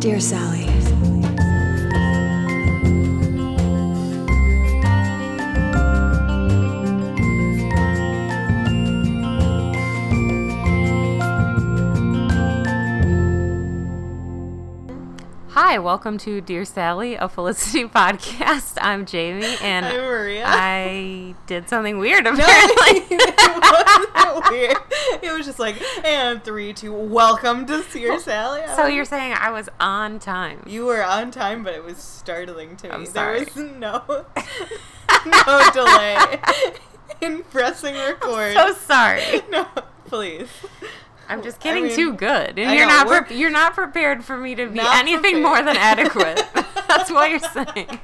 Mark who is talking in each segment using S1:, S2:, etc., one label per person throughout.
S1: Dear Sally,
S2: Hi, welcome to Dear Sally, a Felicity podcast. I'm Jamie, and
S3: Hi, Maria.
S2: I did something weird apparently.
S3: it wasn't weird. It was just like, and three, two, welcome to Sear Sally.
S2: so you're saying I was on time?
S3: you were on time, but it was startling to me.
S2: I'm sorry.
S3: There was no no delay in pressing record.
S2: So sorry.
S3: no, please.
S2: I'm just
S3: I
S2: getting
S3: mean,
S2: too good, and
S3: I
S2: you're
S3: know,
S2: not
S3: we're-
S2: pre- you're not prepared for me to be
S3: Not
S2: anything
S3: prepared.
S2: more than adequate. That's what you're saying.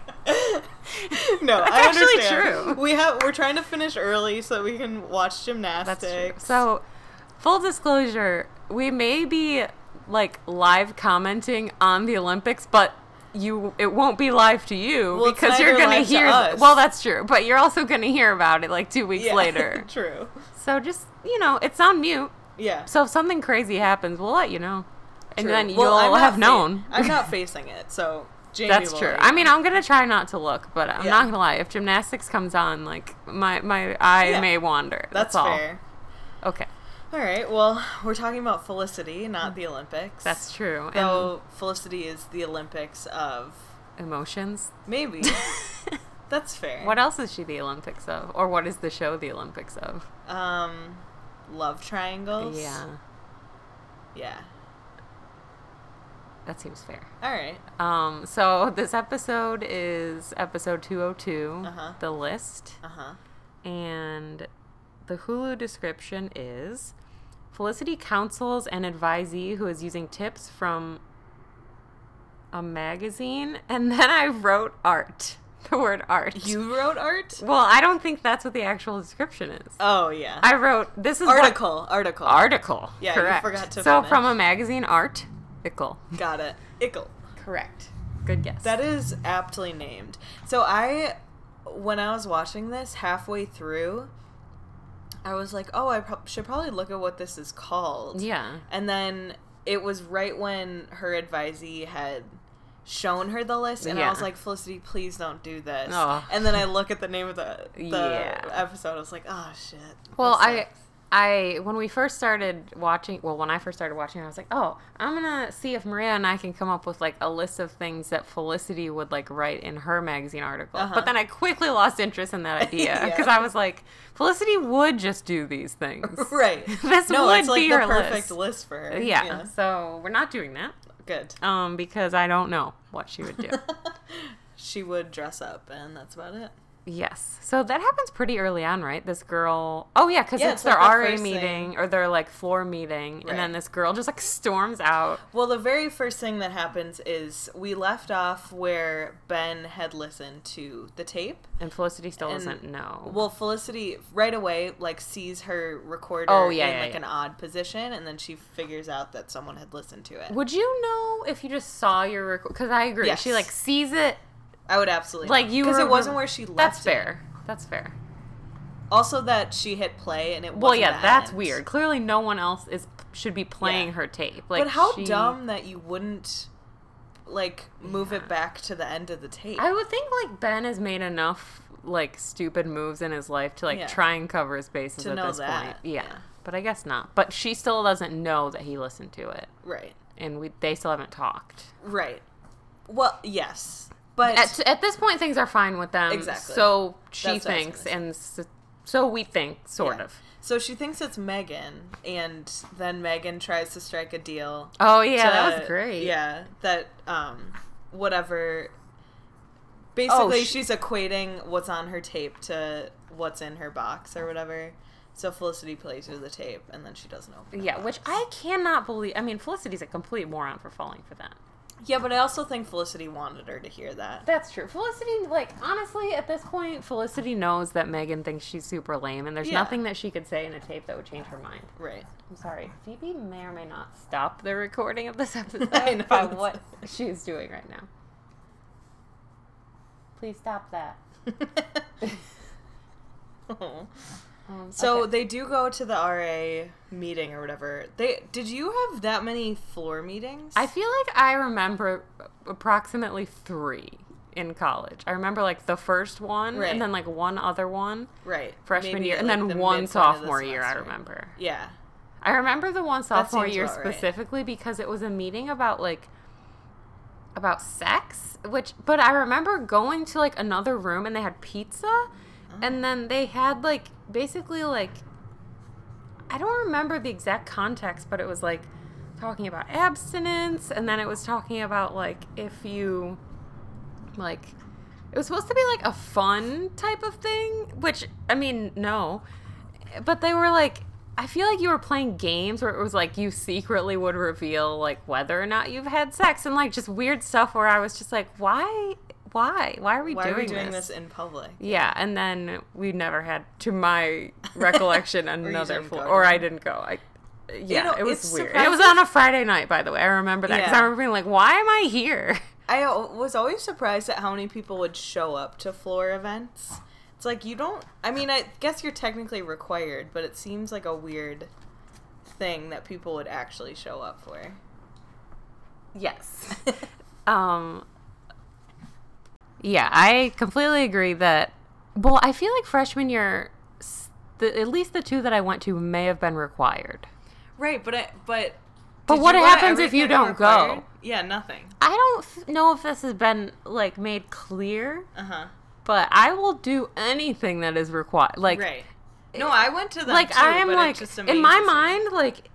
S3: No,
S2: That's
S3: I
S2: actually true.
S3: understand. We have we're trying to finish early so that we can watch gymnastics.
S2: That's true. So, full disclosure, we may be like live commenting on the Olympics, but you it won't be live to you
S3: Well, it's
S2: because you're
S3: neither
S2: gonna
S3: live to
S2: hear.
S3: us.
S2: well, that's true, but you're also gonna hear about it like two weeks
S3: Yeah,
S2: later.
S3: true.
S2: so just you know, it's on mute.
S3: Yeah.
S2: So if something crazy happens, we'll let you know, and
S3: True.
S2: then you'll
S3: Well, I'm not
S2: have
S3: fa-
S2: known.
S3: I'm not facing it, so Jamie
S2: That's
S3: will
S2: true.
S3: let you
S2: I mean, I'm gonna try not to look, but I'm
S3: Yeah.
S2: not gonna lie. If gymnastics comes on, like my my eye
S3: Yeah.
S2: may wander. That's,
S3: That's
S2: all.
S3: fair.
S2: Okay,
S3: All right. Well, we're talking about Felicity, not the Olympics.
S2: that's true. And
S3: So Felicity is the Olympics of
S2: emotions.
S3: maybe. That's fair.
S2: What else is she the Olympics of? Or what is the show the Olympics of?
S3: Um, love triangles.
S2: Yeah,
S3: Yeah.
S2: that seems fair.
S3: All right.
S2: Um, so this episode is episode 202,
S3: Uh-huh.
S2: The List.
S3: Uh huh.
S2: And the Hulu description is Felicity counsels an advisee who is using tips from a magazine. And then I wrote art, the word art.
S3: You wrote art?
S2: well, I don't think that's what the actual description is.
S3: Oh yeah.
S2: I wrote this is what-
S3: article. Article.
S2: article.
S3: Yeah, you
S2: correct.
S3: forgot to
S2: So
S3: finish.
S2: from a magazine, Art Ickle.
S3: Got it. Ickle.
S2: Correct. Good guess.
S3: That is aptly named. So I, when I was watching this halfway through, I was like, oh, I prob should probably look at what this is called.
S2: Yeah.
S3: And then it was right when her advisee had shown her the list, and I
S2: Yeah.
S3: was like, Felicity, please don't do this.
S2: Oh.
S3: And then I look at the name of the, the
S2: Yeah.
S3: episode, I was like, oh, shit.
S2: Well,
S3: This
S2: I.
S3: sucks."
S2: I when we first started watching well when I first started watching I was like oh I'm gonna see if Maria and I can come up with like a list of things that Felicity would like write in her magazine article
S3: Uh-huh.
S2: but then I quickly lost interest in that idea
S3: Yeah.
S2: because I was like Felicity would just do these things
S3: Right.
S2: This
S3: no,
S2: would
S3: it's like
S2: be
S3: the
S2: her
S3: perfect
S2: list.
S3: list. for her.
S2: yeah so we're not doing that
S3: Good.
S2: um because I don't know what she would do
S3: She would dress up, and that's about it.
S2: Yes. So that happens pretty early on, right? This girl. Oh yeah, because
S3: Yeah,
S2: it's
S3: it's
S2: their
S3: like their
S2: RA
S3: first
S2: meeting
S3: thing.
S2: or their like floor meeting, and then
S3: Right.
S2: this girl just like storms out.
S3: Well, the very first thing that happens is we left off where Ben had listened to the tape.
S2: And Felicity still
S3: And-
S2: doesn't know.
S3: Well, Felicity right away like sees her recorder
S2: Oh, yeah,
S3: in
S2: yeah,
S3: like
S2: yeah.
S3: an odd position, and then she figures out that someone had listened to it.
S2: Would you know if you just saw your record? Because I agree. She
S3: Yes.
S2: like sees it.
S3: I would absolutely
S2: Like you
S3: because
S2: were.
S3: it wasn't where she left.
S2: That's
S3: it.
S2: fair. That's fair.
S3: Also, that she hit play and it.
S2: Well,
S3: wasn't
S2: yeah,
S3: the
S2: that's
S3: end.
S2: weird. Clearly, no one else is should be playing
S3: Yeah.
S2: her tape. Like,
S3: but how
S2: she-
S3: dumb that you wouldn't like move it back to the end of the tape.
S2: I would think like Ben has made enough like stupid moves in his life to like
S3: Yeah.
S2: try and cover his bases
S3: To
S2: at
S3: know
S2: this point.
S3: that,
S2: Yeah.
S3: yeah.
S2: But I guess not. But she still doesn't know that he listened to it.
S3: right.
S2: And we they still haven't talked.
S3: Right. Well, yes, but
S2: At, at this point things are fine with them.
S3: Exactly.
S2: So she
S3: what I was gonna
S2: thinks
S3: say.
S2: and so, so we think sort
S3: Yeah.
S2: of.
S3: So she thinks it's Megan, and then Megan tries to strike a deal.
S2: Oh yeah,
S3: to-
S2: that was great.
S3: Yeah, that um, whatever. Basically,
S2: Oh, sh-
S3: she's equating what's on her tape to what's in her box or whatever. So Felicity plays her the tape, and then she doesn't open. it.
S2: Yeah, which I cannot believe. I mean, Felicity's a complete moron for falling for that.
S3: Yeah, but I also think Felicity wanted her to hear that.
S2: That's true. Felicity, like, honestly, at this point, Felicity knows that Megan thinks she's super lame, and there's
S3: Yeah.
S2: nothing that she could say in a tape that would change her mind.
S3: Right.
S2: I'm sorry. Phoebe may or may not stop the recording of this episode
S3: I know,
S2: by
S3: it's-
S2: what she's doing right now. Please stop that.
S3: oh.
S2: Um,
S3: So
S2: okay.
S3: they do go to the RA meeting or whatever. They did you have that many floor meetings?
S2: I feel like I remember approximately three in college. I remember like the first one,
S3: Right.
S2: and then like one other one
S3: right
S2: freshman
S3: Maybe,
S2: year, and
S3: like,
S2: then
S3: the
S2: one
S3: midpoint of the
S2: sophomore year. I
S3: semester.
S2: remember.
S3: Yeah,
S2: I remember the one sophomore
S3: seems
S2: year
S3: about right.
S2: specifically because it was a meeting about like about sex, which but I remember going to like another room and they had pizza and then they had like basically like I don't remember the exact context, but it was like talking about abstinence and then it was talking about like if you like it was supposed to be like a fun type of thing, which I mean, no. But they were like I feel like you were playing games where it was like you secretly would reveal like whether or not you've had sex and like just weird stuff where I was just like, why why? Why are we,
S3: why
S2: doing,
S3: are we doing
S2: this?
S3: this in public?
S2: Yeah, and then we never had, to my recollection, another
S3: didn't
S2: floor.
S3: go,
S2: Or
S3: did
S2: I didn't go. I, yeah,
S3: know,
S2: it was
S3: it's
S2: weird. It was on
S3: surprising-
S2: a Friday night, by the way. I remember that because
S3: Yeah.
S2: I remember being like, "Why am I here?"
S3: I al- was always surprised at how many people would show up to floor events. It's like you don't. I mean, I guess you're technically required, but it seems like a weird thing that people would actually show up for.
S2: Yes. um. Yeah, I completely agree that. Well, I feel like freshman year, s- the, at least the two that I went to may have been required.
S3: Right, but I, but.
S2: But
S3: did
S2: what
S3: you go to
S2: happens if you
S3: everything
S2: don't go?
S3: required? Yeah, nothing.
S2: I don't f- know if this has been like made clear,
S3: Uh huh.
S2: but I will do anything that is required. Like,
S3: Right. No, I went to them
S2: like
S3: too,
S2: I am
S3: but it
S2: like
S3: just
S2: in my
S3: amazes me.
S2: mind like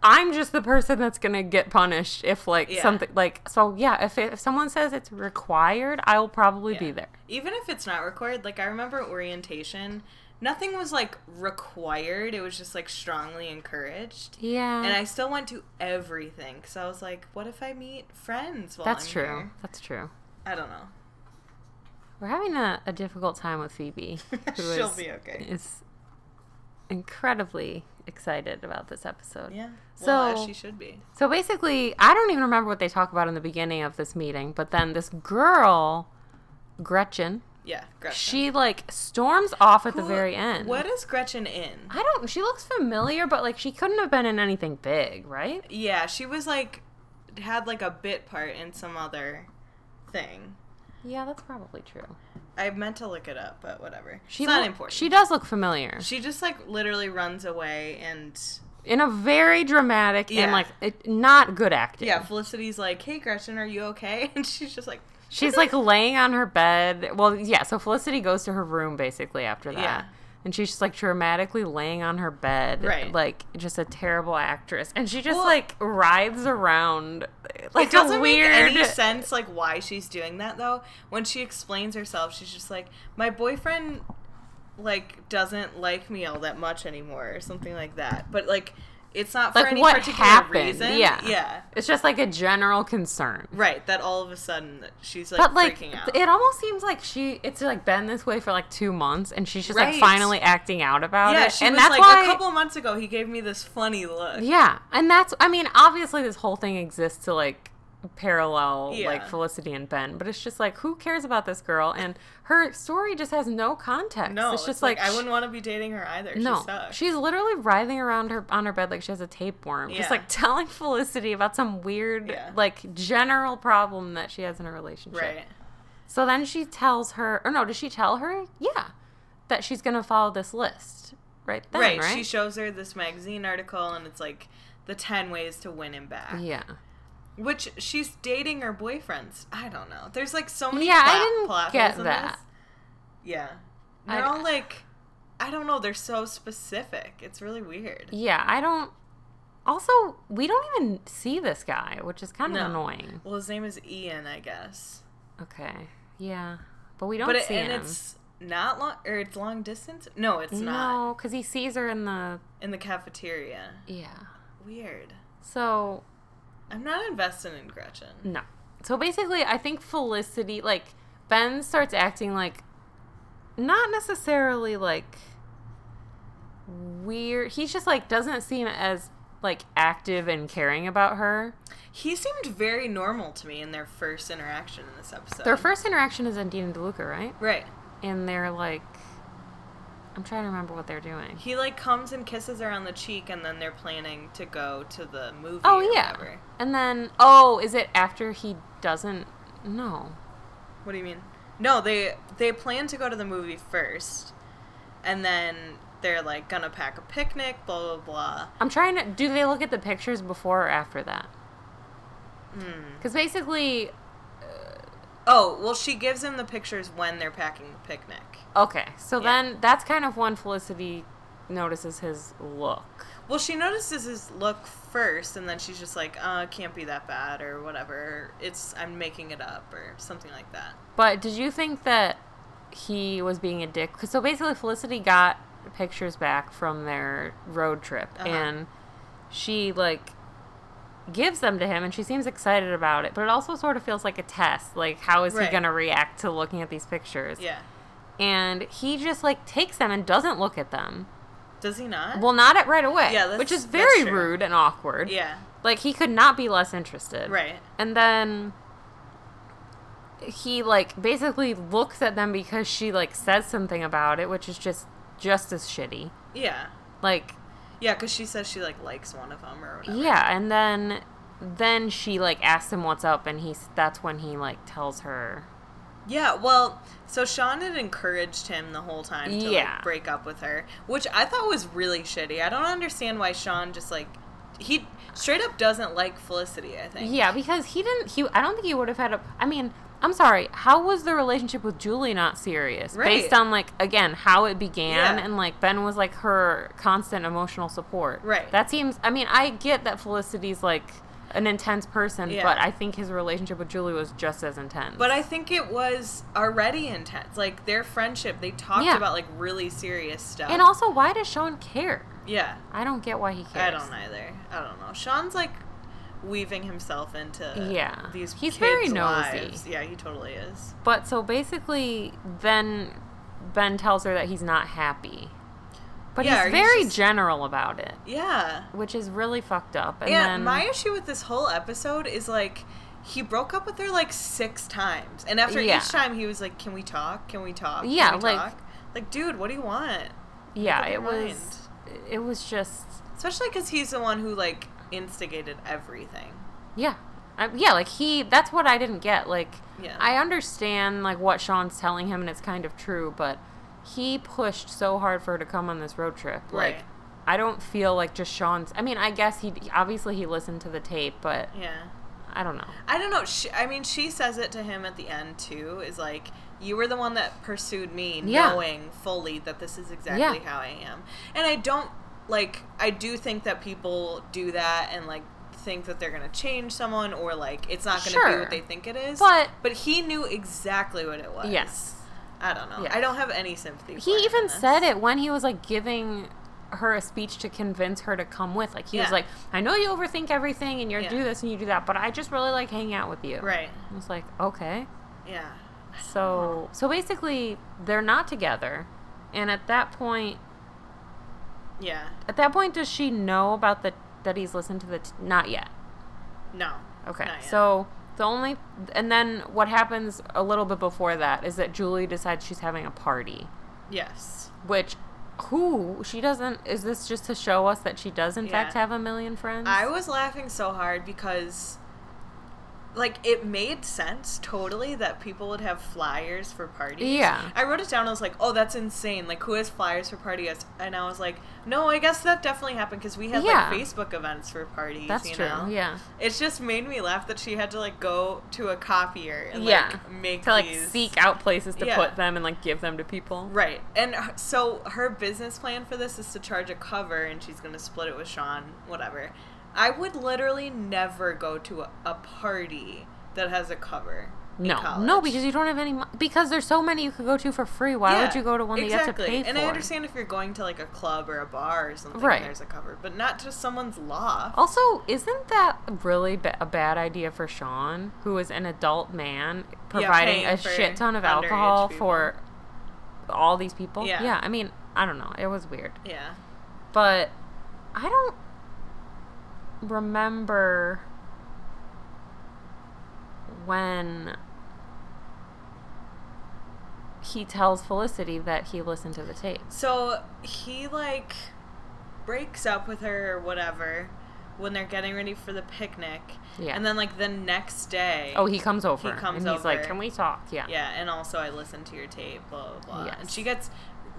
S2: I'm just the person that's gonna get punished if like
S3: Yeah.
S2: something like so yeah if if someone says it's required I will probably be
S3: Yeah.
S2: there
S3: Even if it's not required, like I remember orientation, nothing was like required. It was just like strongly encouraged.
S2: yeah
S3: And I still went to everything because I was like, what if I meet friends while
S2: that's
S3: I'm
S2: true
S3: here?
S2: that's true
S3: I don't know.
S2: we're having a, a difficult time with Phoebe who
S3: She'll
S2: is-
S3: be okay.
S2: is incredibly excited about this episode
S3: Yeah. Well,
S2: So-
S3: as she should be.
S2: So basically, I don't even remember what they talk about in the beginning of this meeting, but then this girl, Gretchen,
S3: Yeah. Gretchen.
S2: she like storms off at the
S3: Who-
S2: very end.
S3: What is Gretchen in?
S2: I don't. She looks familiar, but like she couldn't have been in anything big, right?
S3: Yeah, she was like, had like a bit part in some other thing.
S2: Yeah, that's probably true.
S3: I meant to look it up, but whatever.
S2: She
S3: it's not
S2: loo-
S3: important.
S2: She does look familiar
S3: She just like literally runs away and
S2: in a very dramatic
S3: Yeah.
S2: and like it, not good acting.
S3: yeah, Felicity's like, "Hey Gretchen, are you okay?" And she's just like,
S2: She's like laying on her bed. Well, yeah. So Felicity goes to her room basically after that.
S3: Yeah.
S2: And she's just like dramatically laying on her bed,
S3: Right.
S2: like just a terrible actress. And she just
S3: Well-
S2: like writhes around, like
S3: "It doesn't
S2: a weird.
S3: make any sense like why she's doing that though." When she explains herself, she's just like, "My boyfriend like doesn't like me all that much anymore," or something like that. But like, it's not for
S2: Like,
S3: any
S2: what
S3: particular
S2: happened?
S3: reason.
S2: Yeah.
S3: yeah,
S2: It's just like a general concern.
S3: right. That all of a sudden that she's like,
S2: But like,
S3: freaking out.
S2: it almost seems like she it's like been this way for like two months, and she's just
S3: Right.
S2: like finally acting out about
S3: yeah,
S2: it.
S3: she
S2: and
S3: was
S2: that's
S3: like
S2: why,
S3: a couple months ago. He gave me this funny look.
S2: Yeah, and that's I mean, obviously this whole thing exists to like parallel
S3: Yeah.
S2: like Felicity and Ben, but it's just like who cares about this girl? And her story just has no context.
S3: No,
S2: it's just like,
S3: I
S2: sh-
S3: wouldn't want to be dating her either. she
S2: no,
S3: sucks.
S2: she's literally writhing around her on her bed like she has a tapeworm,
S3: Yeah.
S2: just like telling Felicity about some weird,
S3: Yeah.
S2: like general problem that she has in her relationship.
S3: right.
S2: So then she tells her, or no, does she tell her? Yeah, that she's gonna follow this list right then, right?
S3: right. She shows her this magazine article, and it's like the ten ways to win him back.
S2: yeah,
S3: Which she's dating her boyfriends. I don't know. There's like so many.
S2: Yeah, I
S3: plot-
S2: didn't
S3: plot
S2: get
S3: holes in
S2: that.
S3: this. Yeah,
S2: I-
S3: they're all like, I don't know. They're so specific. It's really weird.
S2: yeah. I don't. Also, we don't even see this guy, which is kind of
S3: No.
S2: annoying.
S3: Well, his name is Ian, I guess.
S2: Okay, yeah, but we don't
S3: but it,
S2: see
S3: and
S2: him.
S3: it's not long or it's long distance. No, it's not
S2: no, because he sees her in the
S3: in the cafeteria.
S2: yeah.
S3: Weird.
S2: So
S3: I'm not invested in Gretchen.
S2: No. So basically, I think Felicity, like, Ben starts acting like, not necessarily like weird. He's just like, doesn't seem as, like, active and caring about her.
S3: He seemed very normal to me in their first interaction in this episode.
S2: Their first interaction is Undine and DeLuca, right?
S3: right.
S2: And they're like, I'm trying to remember what they're doing.
S3: He like comes and kisses her on the cheek, and then they're planning to go to the movie.
S2: Oh,
S3: or
S2: yeah.
S3: whatever.
S2: And then, oh, is it after he doesn't? No.
S3: What do you mean? No, they they plan to go to the movie first, and then they're like gonna pack a picnic. Blah blah blah.
S2: I'm trying to. Do they look at the pictures before or after that? Because basically,
S3: Oh well, she gives him the pictures when they're packing the picnic.
S2: okay. So
S3: Yeah.
S2: then that's kind of when Felicity notices his look.
S3: Well, she notices his look first, and then she's just like, "Uh, it can't be that bad," or whatever. It's I'm making it up, or something like that.
S2: But did you think that he was being a dick? 'Cause so basically, Felicity got pictures back from their road trip,
S3: Uh-huh.
S2: and she like gives them to him, and she seems excited about it. But it also sort of feels like a test. Like, how is
S3: Right.
S2: he gonna react to looking at these pictures?
S3: Yeah.
S2: And he just like takes them and doesn't look at them.
S3: Does he not?
S2: Well, not at right away.
S3: Yeah, that's-
S2: which is
S3: that's
S2: very
S3: true.
S2: rude and awkward.
S3: yeah.
S2: Like he could not be less interested.
S3: Right.
S2: And then he like basically looks at them because she like says something about it, which is just just as shitty.
S3: Yeah.
S2: Like
S3: Yeah, because she says she like likes one of them or whatever.
S2: yeah, and then then she like asks him what's up, and he's that's when he like tells her
S3: Yeah. Well, so Sean had encouraged him the whole time to like,
S2: Yeah.
S3: break up with her, which I thought was really shitty. I don't understand why Sean just like he straight up doesn't like Felicity. I think.
S2: yeah because he didn't he I don't think he would have had a I mean. I'm sorry. How was the relationship with Julie not serious?
S3: Right.
S2: Based on like again how it began
S3: Yeah.
S2: and like Ben was like her constant emotional support.
S3: Right.
S2: That seems. I mean, I get that Felicity's like an intense person,
S3: Yeah.
S2: but I think his relationship with Julie was just as intense.
S3: But I think it was already intense. Like their friendship, they talked
S2: Yeah.
S3: about like really serious stuff.
S2: and also, why does Sean care?
S3: yeah,
S2: I don't get why he
S3: I
S2: cares.
S3: don't either. I don't know. Sean's like weaving himself into
S2: Yeah.
S3: these
S2: He's
S3: kids'
S2: very nosy.
S3: lives. Yeah, he totally is.
S2: But so basically, then Ben tells her that he's not happy, but
S3: Yeah,
S2: he's
S3: he's
S2: very
S3: just-
S2: general about it,
S3: Yeah.
S2: which is really fucked up. And
S3: yeah,
S2: then,
S3: my issue with this whole episode is like he broke up with her like six times, and after
S2: Yeah.
S3: each time he was like, "Can we talk? Can we talk? Can
S2: Yeah,
S3: we
S2: like-
S3: talk? like dude, what do you want?"
S2: yeah,
S3: Make
S2: it
S3: up your
S2: was it was just
S3: Especially because he's the one who like instigated everything.
S2: Yeah. I, yeah, like he that's what I didn't get. Like
S3: Yeah.
S2: I understand like what Sean's telling him and it's kind of true, but he pushed so hard for her to come on this road trip. Like
S3: Right.
S2: I don't feel like just Sean's I mean, I guess he obviously he listened to the tape, but
S3: Yeah.
S2: I don't know.
S3: I don't know. She, I mean, she says it to him at the end too. Is like, you were the one that pursued me,
S2: Yeah.
S3: knowing fully that this is exactly
S2: Yeah.
S3: how I am. And I don't like. I do think that people do that and like think that they're gonna change someone or like it's not gonna be
S2: Sure.
S3: what they think it is.
S2: But-
S3: but he knew exactly what it was.
S2: Yes.
S3: I don't know.
S2: Yeah.
S3: I don't have any sympathy. for
S2: He
S3: him in
S2: even
S3: this.
S2: said it when he was like giving her a speech to convince her to come with. Like he was
S3: Yeah.
S2: like, "I know you overthink everything and you
S3: Yeah.
S2: do this and you do that, but I just really like hanging out with you."
S3: Right.
S2: I was like, "Okay."
S3: Yeah.
S2: So so basically they're not together. And at that point
S3: Yeah.
S2: at that point does she know about the that he's listened to the t- not yet.
S3: No.
S2: Okay.
S3: Not yet.
S2: So the only and then what happens a little bit before that is that Julie decides she's having a party,
S3: Yes.
S2: which who she doesn't is this just to show us that she does in fact
S3: Yeah.
S2: have a million friends?
S3: I was laughing so hard because like it made sense totally that people would have flyers for parties.
S2: Yeah.
S3: I wrote it down. I was like, "Oh, that's insane! Like, who has flyers for parties?" And I was like, "No, I guess that definitely happened because we had
S2: Yeah.
S3: like Facebook events for parties."
S2: That's
S3: you
S2: true.
S3: Know?
S2: Yeah.
S3: It just made me laugh that she had to like go to a copier and
S2: yeah.
S3: like make
S2: to like
S3: these-
S2: seek out places to
S3: Yeah.
S2: put them and like give them to people.
S3: Right. And h- so her business plan for this is to charge a cover and she's going to split it with Sean, whatever. I would literally never go to a, a party that has a cover. in
S2: No,
S3: college.
S2: no, because you don't have any. mo- Because there's so many you could go to for free. Why would
S3: Yeah,
S2: you go to one
S3: exactly.
S2: that you have to pay
S3: And
S2: for?
S3: I understand if you're going to like a club or a bar or something
S2: Right. Oh.
S3: and there's a cover, but not just someone's loft.
S2: Also, isn't that really ba- a bad idea for Sean, who is an adult man, providing
S3: paying
S2: a
S3: for
S2: shit ton of
S3: underage
S2: alcohol
S3: people.
S2: for all these people?
S3: Yeah.
S2: yeah. I mean, I don't know. It was weird,
S3: Yeah.
S2: but I don't remember when he tells Felicity that he listened to the tapes.
S3: So he like breaks up with her or whatever when they're getting ready for the picnic.
S2: Yeah.
S3: And then like the next day.
S2: Oh, he comes over.
S3: comes
S2: and he's like,
S3: over.
S2: "Can we talk?" Yeah.
S3: Yeah, and also I listened to your tape, blah blah blah. And
S2: Yes.
S3: she gets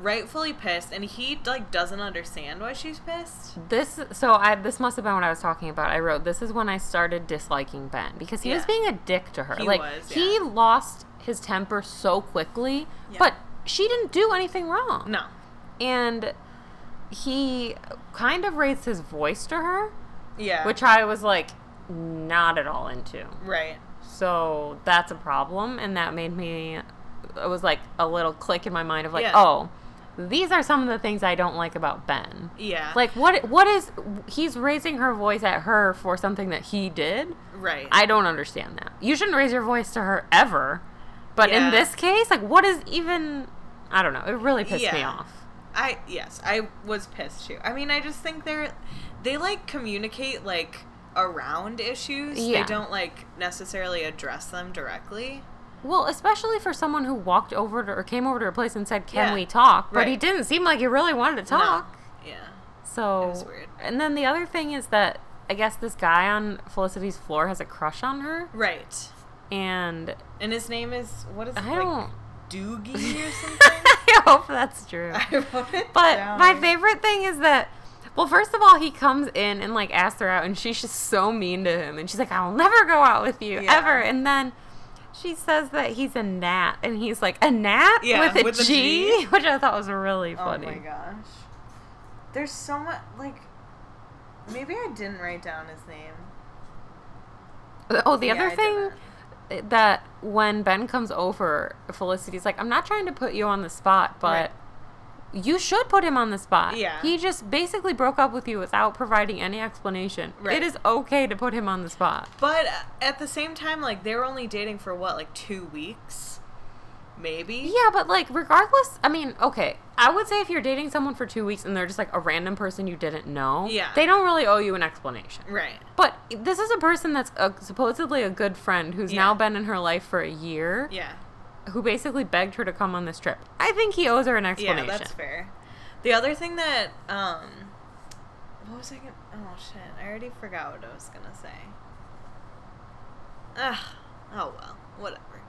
S3: rightfully pissed and he like doesn't understand why she's pissed.
S2: This so I this must have been what I was talking about. I wrote this is when I started disliking Ben because he was
S3: Yeah.
S2: being a dick to her.
S3: He
S2: like
S3: was,
S2: he
S3: yeah.
S2: lost his temper so quickly,
S3: Yeah.
S2: but she didn't do anything wrong.
S3: No.
S2: And he kind of raised his voice to her,
S3: Yeah.
S2: which I was like not at all into.
S3: right.
S2: So that's a problem, and that made me. It was like a little click in my mind of like,
S3: Yeah.
S2: oh, these are some of the things I don't like about Ben.
S3: Yeah.
S2: Like what? What is he's raising her voice at her for something that he did?
S3: right.
S2: I don't understand that. You shouldn't raise your voice to her ever. But
S3: Yeah.
S2: in this case, like, what is even? I don't know. It really pissed me
S3: Yeah.
S2: off.
S3: I yes, I was pissed too. I mean, I just think they're they like communicate like around issues.
S2: Yeah.
S3: They don't like necessarily address them directly.
S2: Well, especially for someone who walked over to or came over to her place and said, "Can
S3: Yeah.
S2: we talk?" But he
S3: Right.
S2: didn't seem like he really wanted to
S3: No.
S2: talk.
S3: Yeah.
S2: So
S3: was weird.
S2: And then the other thing is that I guess this guy on Felicity's floor has a crush on her,
S3: Right.
S2: and
S3: And his name is what is it,
S2: I
S3: like
S2: don't.
S3: Doogie or something?
S2: I hope that's true.
S3: I wrote it
S2: But
S3: down.
S2: my favorite thing is that. Well, first of all, he comes in and like asks her out, and she's just so mean to him, and she's like, "I'll never go out with you
S3: Yeah.
S2: ever." And then she says that he's a gnat, and he's like, "A gnat
S3: Yeah,
S2: with, a
S3: with a
S2: G?"
S3: G.
S2: which I thought was really
S3: Oh
S2: funny.
S3: my gosh. There's so much like maybe I didn't write down his name.
S2: Oh, the
S3: Yeah,
S2: other
S3: I
S2: thing that when Ben comes over, Felicity's like, I'm not trying to put you on the spot, but you should put him on the spot.
S3: Yeah.
S2: He just basically broke up with you without providing any explanation. It
S3: Right.
S2: is okay to put him on the spot.
S3: But uh, at the same time, like they were only dating for what, like two weeks, maybe.
S2: Yeah, but like, regardless, I mean, okay, I would say if you're dating someone for two weeks and they're just like a random person you didn't know,
S3: Yeah.
S2: they don't really owe you an explanation.
S3: Right.
S2: But this is a person that's a, supposedly a good friend who's
S3: Yeah.
S2: now been in her life for a year.
S3: Yeah.
S2: who basically begged her to come on this trip. I think he owes her an
S3: Yeah,
S2: explanation.
S3: that's fair. The other thing that um, what was I gonna? Oh shit! I already forgot what I was gonna say. Ah, oh well, whatever.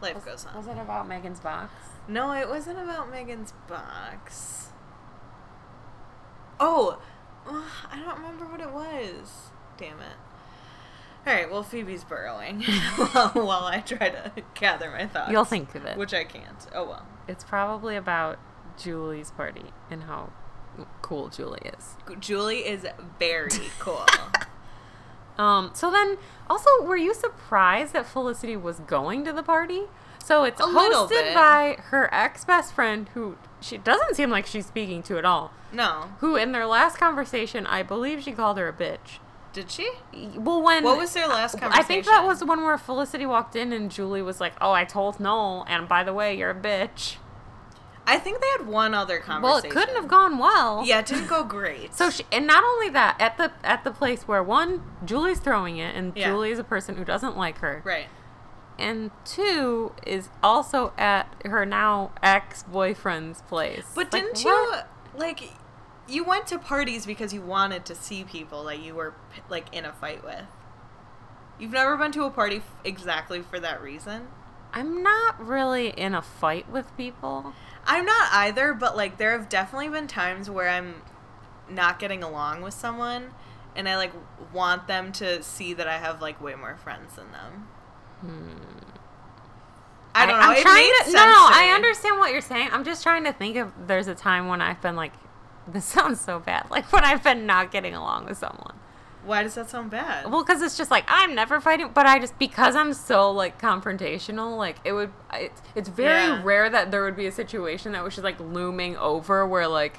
S3: Life goes on.
S2: it about Megan's box?
S3: No, it wasn't about Megan's box. Oh, ugh, I don't remember what it was. Damn it. All right, well, Phoebe's burrowing while, while I try to gather my thoughts.
S2: Uh, You'll think of it.
S3: Which I can't. Oh, well.
S2: It's probably about Julie's party and how cool Julie is.
S3: Julie is very cool.
S2: Um, so then, also, were you surprised that Felicity was going to the party? So it's
S3: A little
S2: hosted
S3: bit.
S2: by her ex best friend, who she doesn't seem like she's speaking to at all.
S3: no.
S2: Who, in their last conversation, I believe she called her a bitch.
S3: Did she?
S2: Well, when
S3: What was their last
S2: I think that
S3: conversation?
S2: was one where Felicity walked in and Julie was like, "Oh, I told Noel, and by the way, you're a bitch."
S3: I think they had one other
S2: Well,
S3: conversation.
S2: it couldn't have gone well.
S3: Yeah, it didn't go great.
S2: So she, and not only that, at the at the place where one Julie's throwing it, and
S3: Yeah.
S2: Julie is a person who doesn't like her,
S3: Right.
S2: and two is also at her now ex boyfriend's place. Like,
S3: But didn't
S2: what?
S3: you like you went to parties because you wanted to see people that you were like in a fight with? You've never been to a party f- exactly for that reason.
S2: I'm not really in a fight with people.
S3: I'm not either, but like there have definitely been times where I'm not getting along with someone and I like want them to see that I have like way more friends than them. I don't know.
S2: Hmm. I'm
S3: it
S2: trying
S3: made
S2: to,
S3: sense
S2: No,
S3: to
S2: I
S3: me.
S2: understand what you're saying. I'm just trying to think of there's a time when I've been like, this sounds so bad. Like when I've been not getting along with someone.
S3: Why does that sound bad?
S2: Well, because it's just like I'm never fighting, but I just because I'm so like confrontational, like it would. It's, it's very
S3: Yeah.
S2: rare that there would be a situation that was just like looming over where like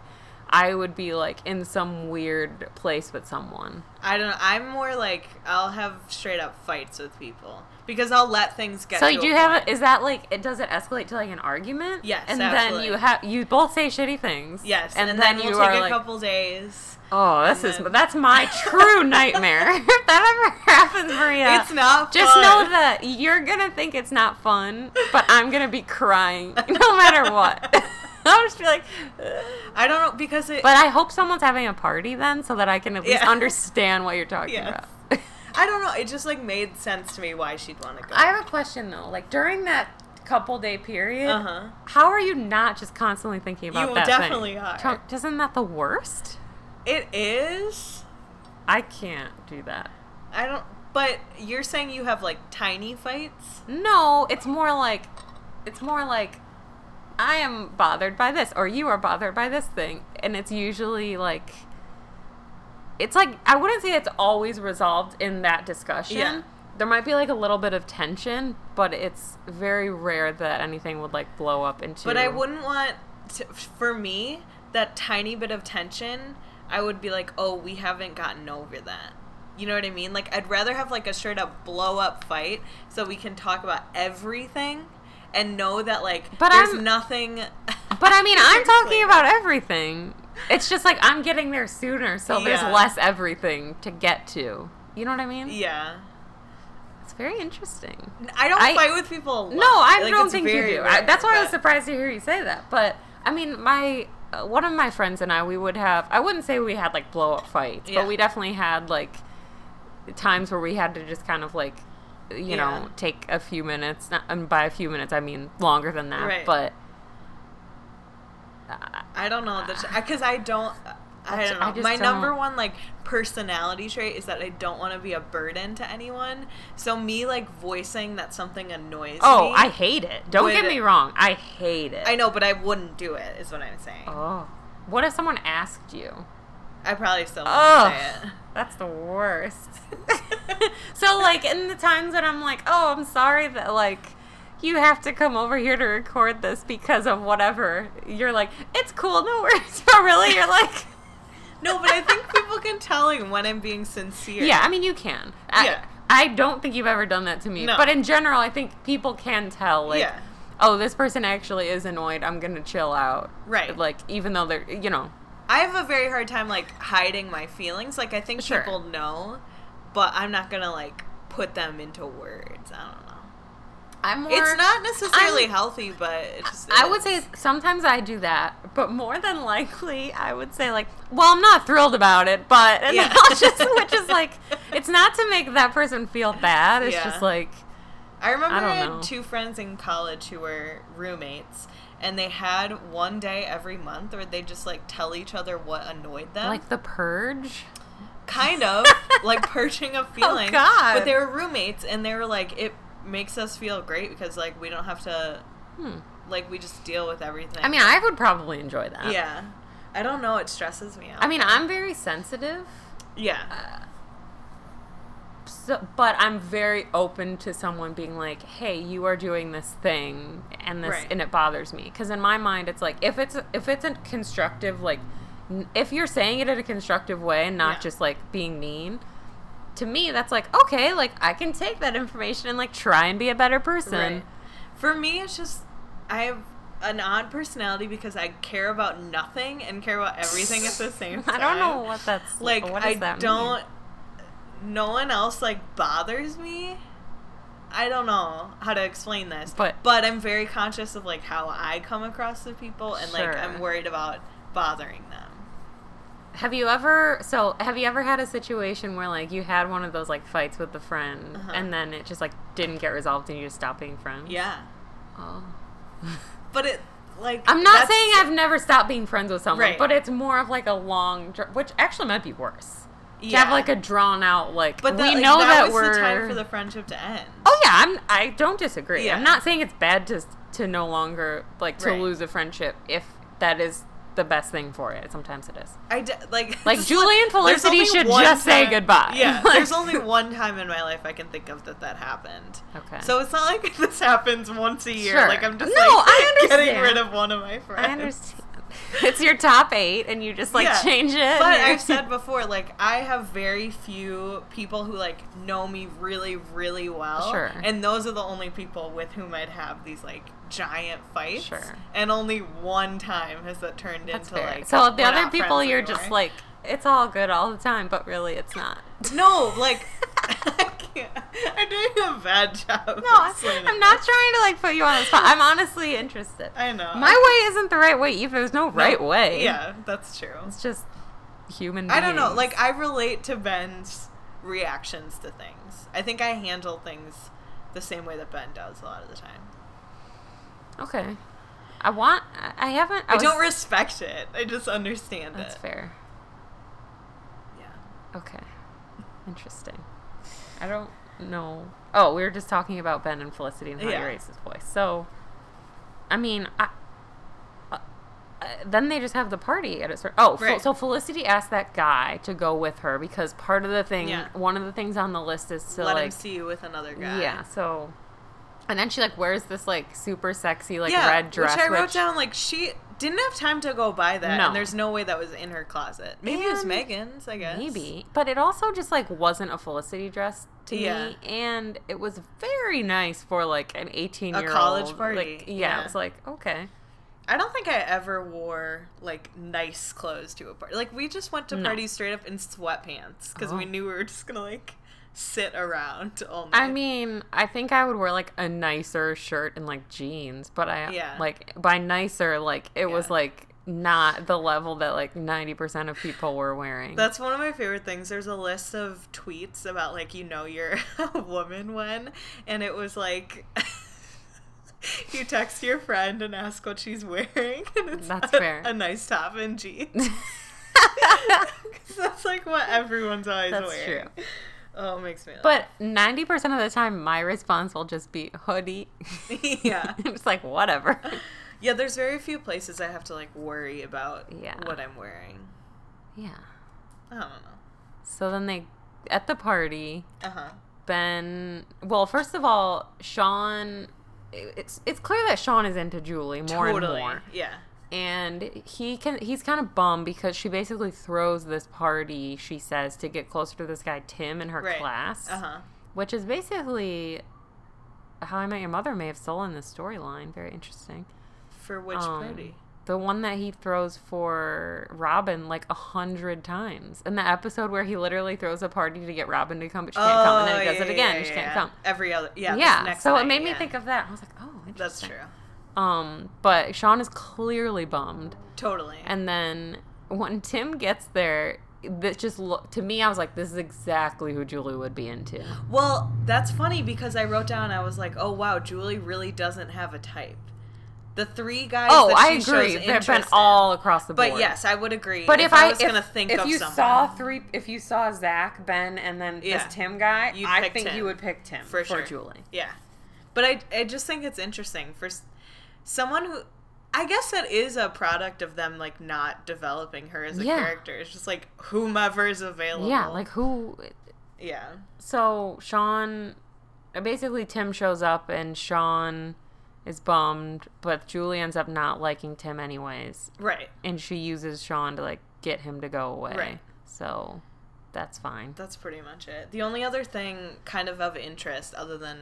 S2: I would be like in some weird place with someone.
S3: I don't know. I'm more like I'll have straight up fights with people because I'll let things get.
S2: so
S3: to
S2: do you
S3: a
S2: have?
S3: point.
S2: Is that like? It does it escalate to like an argument?
S3: Yes,
S2: And
S3: absolutely.
S2: then you have you both say shitty things.
S3: yes,
S2: And,
S3: then,
S2: then, you
S3: we'll
S2: are
S3: take a
S2: like,
S3: couple days.
S2: oh, this
S3: and
S2: is
S3: then-
S2: that's my true nightmare. if that ever happens, Maria,
S3: It's not.
S2: Just
S3: fun.
S2: know that you're gonna think it's not fun, but I'm gonna be crying no matter what. I'll just be like, "Ugh."
S3: I don't know because it.
S2: but I hope someone's having a party then, so that I can at least
S3: Yeah.
S2: understand what you're talking
S3: Yes.
S2: about.
S3: I don't know. It just like made sense to me why she'd want to go.
S2: I have a question though. Like during that couple day period,
S3: Uh huh.
S2: how are you not just constantly thinking about
S3: You
S2: that
S3: definitely
S2: thing?
S3: are.
S2: Don't- Isn't that the worst?
S3: It is.
S2: I can't do that.
S3: I don't. But you're saying you have like tiny fights.
S2: No, it's more like it's more like I am bothered by this or you are bothered by this thing and it's usually like it's like I wouldn't say it's always resolved in that discussion.
S3: Yeah.
S2: There might be like a little bit of tension, but it's very rare that anything would like blow up into
S3: But I wouldn't want to, for me that tiny bit of tension. I would be like, "Oh, we haven't gotten over that." You know what I mean? Like I'd rather have like a straight up blow up fight so we can talk about everything and know that like
S2: But
S3: there's
S2: I'm-
S3: nothing
S2: But I mean, I'm talking
S3: Seriously.
S2: about everything. It's just like I'm getting there sooner, so
S3: Yeah.
S2: there's less everything to get to. You know what I mean?
S3: Yeah.
S2: It's very interesting.
S3: I don't
S2: I-
S3: fight with people a lot.
S2: No, I
S3: Like,
S2: don't
S3: it's
S2: think you
S3: very
S2: do. I,
S3: rare,
S2: that's why I was
S3: but-
S2: surprised to hear you say that. But I mean, my uh, one of my friends and I, we would have. I wouldn't say we had like blow up fights,
S3: Yeah.
S2: but we definitely had like times where we had to just kind of like, you
S3: Yeah.
S2: know, take a few minutes. Not, and by a few minutes, I mean longer than that.
S3: Right.
S2: But
S3: I don't know because I don't. I
S2: That's-
S3: don't know.
S2: I just
S3: My number
S2: don't-
S3: one like personality trait is that I don't want to be a burden to anyone. So me like voicing that something annoys me.
S2: oh, I hate it. Don't get
S3: Would-
S2: me wrong. I hate it.
S3: uh, I know, but I wouldn't do it. Is what I'm saying.
S2: Oh. What if someone asked you?
S3: I probably still wouldn't say
S2: Oh,
S3: it.
S2: that's the worst. so, like, in the times when I'm like, oh, I'm sorry that, like, you have to come over here to record this because of whatever, you're like, it's cool, no worries. But really, you're like,
S3: No, but I think people can tell like, when I'm being sincere.
S2: yeah, I mean, you can. I,
S3: Yeah.
S2: I don't think you've ever done that to me.
S3: No.
S2: But in general, I think people can tell, like,
S3: yeah.
S2: oh, this person actually is annoyed. I'm going to chill out.
S3: Right.
S2: Like, even though they're, you know,
S3: I have a very hard time like hiding my feelings. Like I think
S2: Sure.
S3: people know, but I'm not gonna like put them into words. I don't know.
S2: I'm more.
S3: It's not necessarily
S2: I'm-
S3: healthy, but it just
S2: I would
S3: is.
S2: say sometimes I do that, but more than likely, I would say like, "Well, I'm not thrilled about it," but and
S3: Yeah.
S2: I'll just, which is like, it's not to make that person feel bad. It's
S3: Yeah.
S2: just like,
S3: I remember I,
S2: I don't
S3: had
S2: know.
S3: two friends in college who were roommates, and they had one day every month where they just like tell each other what annoyed them,
S2: like the purge.
S3: kind of like purging of feeling.
S2: Oh, God.
S3: But they were roommates, and they were like, it makes us feel great because like we don't have to,
S2: Hmm.
S3: like we just deal with everything.
S2: I mean, I would probably enjoy that.
S3: yeah, I don't know. It stresses me out.
S2: I mean, uh, I'm very sensitive,
S3: yeah,
S2: so, but I'm very open to someone being like, "Hey, you are doing this thing, and this,
S3: Right.
S2: and it bothers me." Because in my mind, it's like if it's if it's a constructive, like n- if you're saying it in a constructive way and not
S3: Yeah.
S2: just like being mean, to me, that's like okay, like I can take that information and like try and be a better person.
S3: Right. For me, it's just I have an odd personality because I care about nothing and care about everything at the same
S2: I
S3: time.
S2: don't know what that's
S3: Like
S2: What
S3: I
S2: does that mean?
S3: don't. No one else like bothers me. I don't know how to explain this,
S2: But-
S3: but I'm very conscious of like how I come across to people, and like
S2: Sure.
S3: I'm worried about bothering them.
S2: Have you ever so have you ever had a situation where like you had one of those like fights with a friend
S3: Uh-huh.
S2: and then it just like didn't get resolved and you just stopped being friends?
S3: Yeah,
S2: Oh.
S3: but it like
S2: I'm not
S3: that's-
S2: saying I've never stopped being friends with someone,
S3: Right.
S2: but it's more of like a long dr- which actually might be worse. To
S3: yeah.
S2: have like a drawn out like
S3: But
S2: we
S3: that, like,
S2: know
S3: that,
S2: that,
S3: was
S2: we're
S3: the time for the friendship to end.
S2: Oh yeah, I'm I don't disagree.
S3: Yeah.
S2: I'm not saying it's bad to to no longer like to
S3: Right.
S2: lose a friendship if that is the best thing for it. Sometimes it is.
S3: I d- like
S2: Like, Julie and
S3: there's
S2: Felicity
S3: only
S2: should
S3: one
S2: just say
S3: time-
S2: goodbye.
S3: Yeah,
S2: Like-
S3: there's only one time in my life I can think of that that happened.
S2: Okay.
S3: So it's not like this happens once a year.
S2: Sure.
S3: Like I'm just
S2: No,
S3: like
S2: I
S3: getting
S2: understand.
S3: rid of one of my friends.
S2: I understand. it's your top eight, and you just like
S3: Yeah,
S2: change it.
S3: But I've said before, like I have very few people who like know me really, really well.
S2: Sure.
S3: And those are the only people with whom I'd have these like giant fights.
S2: Sure.
S3: And only one time has that turned
S2: That's
S3: into
S2: fair.
S3: like.
S2: so the
S3: we're
S2: other
S3: not
S2: people,
S3: friends
S2: you're
S3: anymore.
S2: just like, it's all good all the time, but really, it's not.
S3: No, like I can't. I'm doing a bad job. No,
S2: No, I- I'm not trying to like put you on the spot. I'm honestly interested.
S3: I know.
S2: My way isn't the right way either. There's no right way.
S3: Yeah, that's true.
S2: It's just human beings.
S3: I don't know. Like I relate to Ben's reactions to things. I think I handle things the same way that Ben does a lot of the time.
S2: okay. I want. I I haven't.
S3: I,
S2: was-
S3: don't respect it. I just understand
S2: That's
S3: it.
S2: fair.
S3: Yeah.
S2: Okay. Interesting. I don't know. Oh, we were just talking about Ben and Felicity and how
S3: Yeah.
S2: he raised his voice. So, I mean, I, uh, uh, then they just have the party at a certain. Oh, Fel-
S3: Right.
S2: so Felicity asked that guy to go with her because part of the thing,
S3: Yeah.
S2: one of the things on the list is to
S3: Let
S2: like,
S3: him see you with another guy.
S2: yeah. So, and then she like wears this like super sexy like
S3: yeah,
S2: red dress,
S3: which I wrote down like she didn't have time to go buy that,
S2: No.
S3: and there's no way that was in her closet. Maybe it was
S2: And-
S3: Megan's, I guess.
S2: Maybe, but it also just like wasn't a Felicity dress to
S3: Yeah.
S2: me, and it was very nice for like an eighteen-year-old
S3: college party,
S2: Like, yeah,
S3: yeah.
S2: it was like okay,
S3: I don't think I ever wore like nice clothes to a party. Like we just went to
S2: No.
S3: parties straight up in sweatpants because
S2: Oh.
S3: we knew we were just gonna like sit around all night.
S2: I mean, I think I would wear like a nicer shirt and like jeans, but I
S3: Yeah.
S2: like by nicer, like it was
S3: Yeah.
S2: like not the level that like ninety percent of people were wearing.
S3: That's one of my favorite things. There's a list of tweets about like you know you're a woman when, and it was like you text your friend and ask what she's wearing, and it's
S2: That's
S3: a,
S2: fair.
S3: a nice top and jeans. 'Cause that's like what everyone's always
S2: That's
S3: wearing. Oh, it makes me. Laugh.
S2: but ninety percent of the time, my response will just be hoodie.
S3: yeah,
S2: I'm just like whatever.
S3: yeah. There's very few places I have to like worry about
S2: Yeah.
S3: what I'm wearing.
S2: Yeah.
S3: I don't know.
S2: So then they at the party,
S3: Uh huh.
S2: Ben. Well, first of all, Sean. It's it's clear that Sean is into Julie more
S3: Totally.
S2: and more,
S3: Yeah.
S2: and he can he's kind of bummed because she basically throws this party. She says to get closer to this guy Tim in her
S3: Right.
S2: class,
S3: Uh huh.
S2: which is basically how I Met Your Mother may have stolen this storyline. Very interesting.
S3: For which
S2: Um,
S3: party?
S2: The one that he throws for Robin like a hundred times. In the episode where he literally throws a party to get Robin to come, but she can't come, and then he does
S3: Oh, yeah,
S2: it again.
S3: yeah,
S2: she
S3: yeah,
S2: can't
S3: yeah.
S2: come.
S3: Every other, yeah.
S2: Yeah.
S3: this next
S2: so
S3: night,
S2: it made me
S3: yeah.
S2: think of that. I was like, oh, interesting.
S3: That's true.
S2: Um, but Sean is clearly bummed.
S3: Totally.
S2: And then when Tim gets there, this just look to me. I was like, this is exactly who Julie would be into.
S3: well, that's funny because I wrote down I was like, oh wow, Julie really doesn't have a type. The three guys.
S2: Oh,
S3: that
S2: I
S3: she
S2: agree.
S3: Shows
S2: They've been
S3: interest in-
S2: all across the board.
S3: But yes, I would agree.
S2: But if, I,
S3: was
S2: if,
S3: gonna think
S2: if
S3: of
S2: you
S3: someone
S2: saw three, if you saw Zach, Ben, and then
S3: Yeah.
S2: this Tim guy,
S3: You'd
S2: I
S3: pick
S2: think
S3: Tim.
S2: you would pick Tim
S3: for
S2: for,
S3: sure,
S2: Julie.
S3: Yeah, but I I just think it's interesting for s- someone who. I guess that is a product of them like not developing her as a
S2: Yeah.
S3: character. It's just like whomever's available.
S2: Yeah, like who?
S3: yeah,
S2: So Sean, basically Tim shows up and Sean is bummed, but Julie ends up not liking Tim anyways,
S3: right.
S2: and she uses Sean to like get him to go away.
S3: Right.
S2: So that's fine.
S3: That's pretty much it. The only other thing kind of of interest other than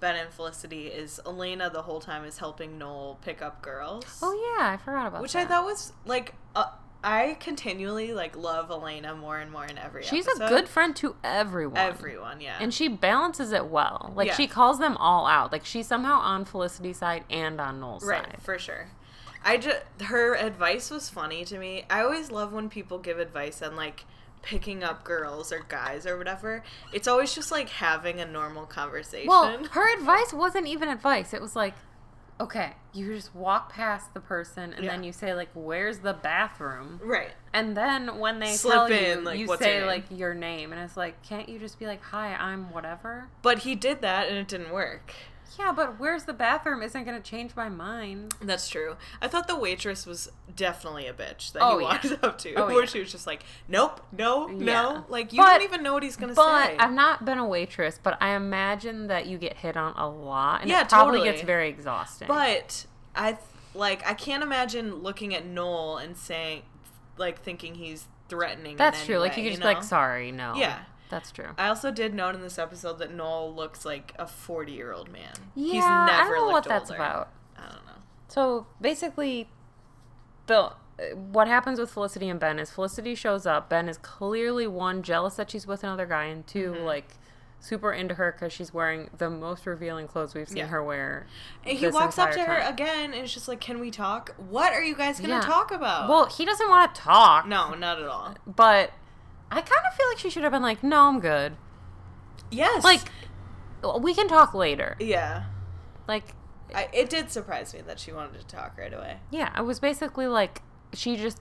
S3: Ben and Felicity is Elena the whole time is helping Noel pick up girls.
S2: Oh yeah, I forgot about
S3: Which I
S2: that.
S3: thought was like uh, I continually like love Elena more and more in every
S2: She's
S3: episode.
S2: a good friend to everyone.
S3: everyone, yeah.
S2: And she balances it well. Like
S3: Yeah.
S2: she calls them all out. Like she's somehow on Felicity's side and on Noel's
S3: right,
S2: side.
S3: for sure. I just her advice was funny to me. I always love when people give advice on like picking up girls or guys or whatever. It's always just like having a normal conversation.
S2: Well, her advice wasn't even advice. It was like, okay, you just walk past the person and
S3: Yeah.
S2: then you say like, "Where's the bathroom?"
S3: right.
S2: And then when they
S3: Slip
S2: tell
S3: in,
S2: you,
S3: like,
S2: you
S3: what's
S2: say
S3: your name?
S2: like your name, and it's like, can't you just be like, "Hi, I'm whatever."
S3: But he did that and it didn't work.
S2: Yeah, but where's the bathroom isn't going to change my mind.
S3: That's true. I thought the waitress was definitely a bitch that
S2: Oh,
S3: he
S2: yeah.
S3: walked up to,
S2: Oh,
S3: where
S2: yeah.
S3: she was just like, "Nope, no,
S2: Yeah.
S3: no." Like you
S2: But-
S3: don't even know what he's gonna
S2: But
S3: say.
S2: I've not been a waitress, but I imagine that you get hit on a lot, and
S3: Yeah,
S2: it probably
S3: totally.
S2: gets very exhausting.
S3: but I, th- like I can't imagine looking at Noel and saying, like, thinking he's threatening. in
S2: That's
S3: any
S2: true. Like you
S3: way,
S2: could just
S3: know?
S2: be like, sorry, no.
S3: Yeah.
S2: That's true.
S3: I also did note in this episode that Noel looks like a forty-year-old man.
S2: Yeah,
S3: He's never
S2: I don't know what
S3: looked
S2: that's
S3: older.
S2: about.
S3: I don't know.
S2: So basically, the what happens with Felicity and Ben is Felicity shows up. Ben is clearly one jealous that she's with another guy, and 2
S3: Mm-hmm.
S2: like super into her because she's wearing the most revealing clothes we've seen
S3: Yeah.
S2: her wear.
S3: And he
S2: this
S3: walks up to
S2: entire
S3: her
S2: time.
S3: again, and it's just like, "Can we talk? What are you guys gonna
S2: Yeah.
S3: talk about?"
S2: Well, he doesn't want to talk.
S3: no, not at all.
S2: but I kind of feel like she should have been like, "No, I'm good.
S3: Yes,
S2: Like, we can talk later."
S3: yeah,
S2: Like,
S3: I, it did surprise me that she wanted to talk right away.
S2: Yeah, it was basically like she just.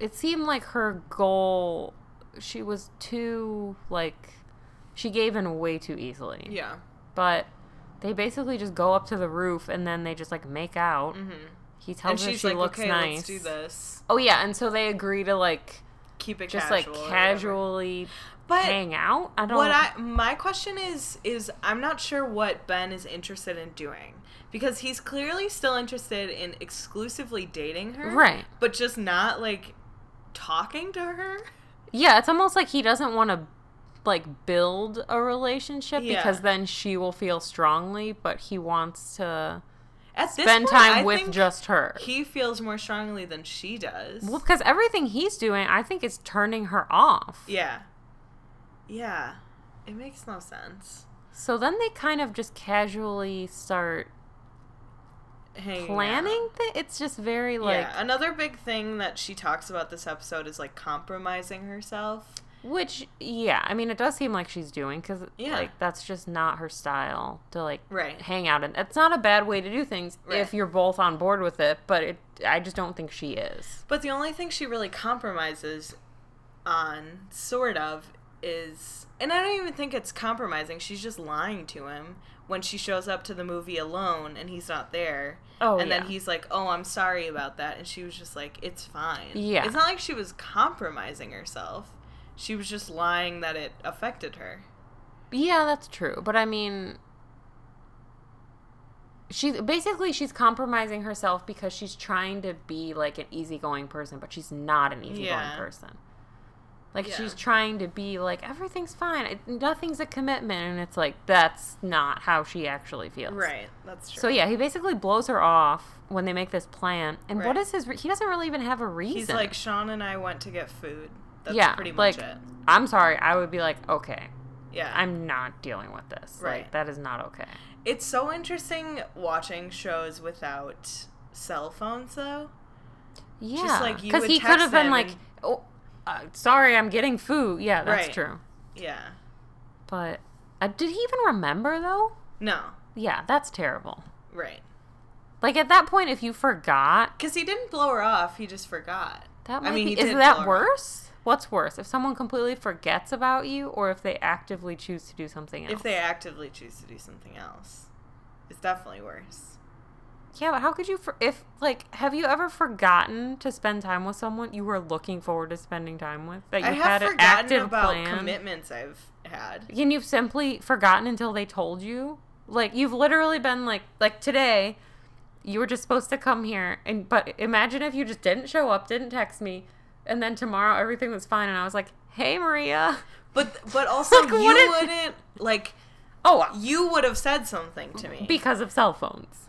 S2: It seemed like her goal. She was too like, she gave in way too easily.
S3: Yeah.
S2: But they basically just go up to the roof and then they just like make out.
S3: Mm-hmm.
S2: He tells
S3: And
S2: her
S3: she's
S2: she
S3: like,
S2: looks
S3: "Okay,
S2: nice.
S3: let's do this.
S2: Oh yeah, and so they agree to like
S3: Keep it
S2: just
S3: casual or
S2: like
S3: whatever."
S2: casually
S3: But
S2: hang out. I don't.
S3: what I my question is is I'm not sure what Ben is interested in doing because he's clearly still interested in exclusively dating her,
S2: Right.
S3: But just not like talking to her.
S2: Yeah, it's almost like he doesn't want to like build a relationship
S3: Yeah.
S2: because then she will feel strongly, but he wants to
S3: At this
S2: spend
S3: point,
S2: time
S3: I
S2: with
S3: think
S2: just her.
S3: he feels more strongly than she does.
S2: Well, because everything he's doing, I think, is turning her off.
S3: Yeah, yeah, it makes no sense.
S2: So then they kind of just casually start
S3: Hanging out.
S2: planning. Th- it's just very like,
S3: yeah, another big thing that she talks about this episode is like compromising herself.
S2: which, yeah, I mean, it does seem like she's doing because,
S3: Yeah.
S2: like, that's just not her style to like
S3: Right.
S2: hang out, and it's not a bad way to do things
S3: Right.
S2: if you're both on board with it. But it, I just don't think she is.
S3: But the only thing she really compromises on, sort of, is. And I don't even think it's compromising. She's just lying to him when she shows up to the movie alone and he's not there.
S2: Oh,
S3: And
S2: yeah.
S3: then he's like, oh, I'm sorry about that. And she was just like, it's fine.
S2: Yeah.
S3: It's not like she was compromising herself. She was just lying that it affected her.
S2: Yeah, that's true. But I mean, she's basically she's compromising herself because she's trying to be like an easygoing person, but she's not an easygoing
S3: Yeah.
S2: person. Like
S3: Yeah.
S2: she's trying to be like everything's fine, it, nothing's a commitment, and it's like that's not how she actually feels.
S3: Right. That's true.
S2: So yeah, he basically blows her off when they make this plan. And what
S3: Right.
S2: is his? Re- he doesn't really even have a reason.
S3: he's like, Sean and I went to get food. That's
S2: yeah,
S3: pretty much
S2: like
S3: it.
S2: I'm sorry, I would be like, okay,
S3: Yeah.
S2: I'm not dealing with this. Like
S3: Right.
S2: that is not okay.
S3: It's so interesting watching shows without cell phones, though.
S2: Yeah,
S3: like, you would
S2: he could
S3: text
S2: have been
S3: them
S2: like,
S3: and-
S2: "Oh, uh, sorry, I'm getting food." Yeah, that's
S3: Right.
S2: true.
S3: Yeah.
S2: But uh, did he even remember though?
S3: No.
S2: Yeah, that's terrible.
S3: Right.
S2: Like at that point, if you forgot,
S3: Because he didn't blow her off. He just forgot.
S2: that
S3: I
S2: might
S3: mean, he
S2: be, is
S3: did
S2: that
S3: blow her up.
S2: worse? What's worse, if someone completely forgets about you, or if they actively choose to do something else?
S3: If they actively choose to do something else, it's definitely worse.
S2: yeah, but how could you? For- if like, have you ever forgotten to spend time with someone you were looking forward to spending time with that you
S3: I have
S2: had an
S3: forgotten
S2: active
S3: about
S2: plan?
S3: commitments I've had.
S2: and you've simply forgotten until they told you like you've literally been like like today you were just supposed to come here and but imagine if you just didn't show up didn't text me and then tomorrow everything was fine and i was like hey maria
S3: But but also
S2: Like,
S3: you
S2: what if-
S3: wouldn't like
S2: oh
S3: you would have said something to me.
S2: because of cell phones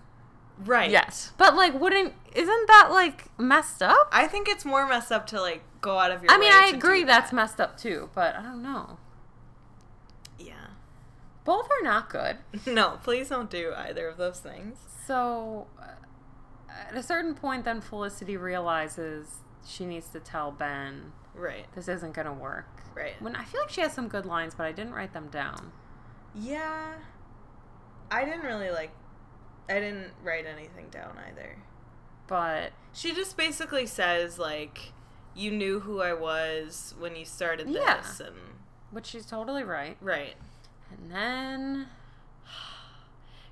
S3: right.
S2: yes but like wouldn't isn't that like messed up
S3: I think it's more messed up to like go out of your
S2: i mean
S3: way
S2: i
S3: to
S2: agree
S3: do
S2: that's
S3: that.
S2: messed up too but i don't know
S3: Yeah.
S2: both are not good
S3: No, please don't do either of those things.
S2: So, uh, at a certain point, then Felicity realizes she needs to tell Ben
S3: Right.
S2: this isn't going to work.
S3: Right.
S2: When I feel like she has some good lines, but I didn't write them down.
S3: Yeah. I didn't really like I didn't write anything down either.
S2: But
S3: She just basically says like you knew who I was when you started this
S2: Yeah.
S3: and
S2: which she's totally right.
S3: right.
S2: And then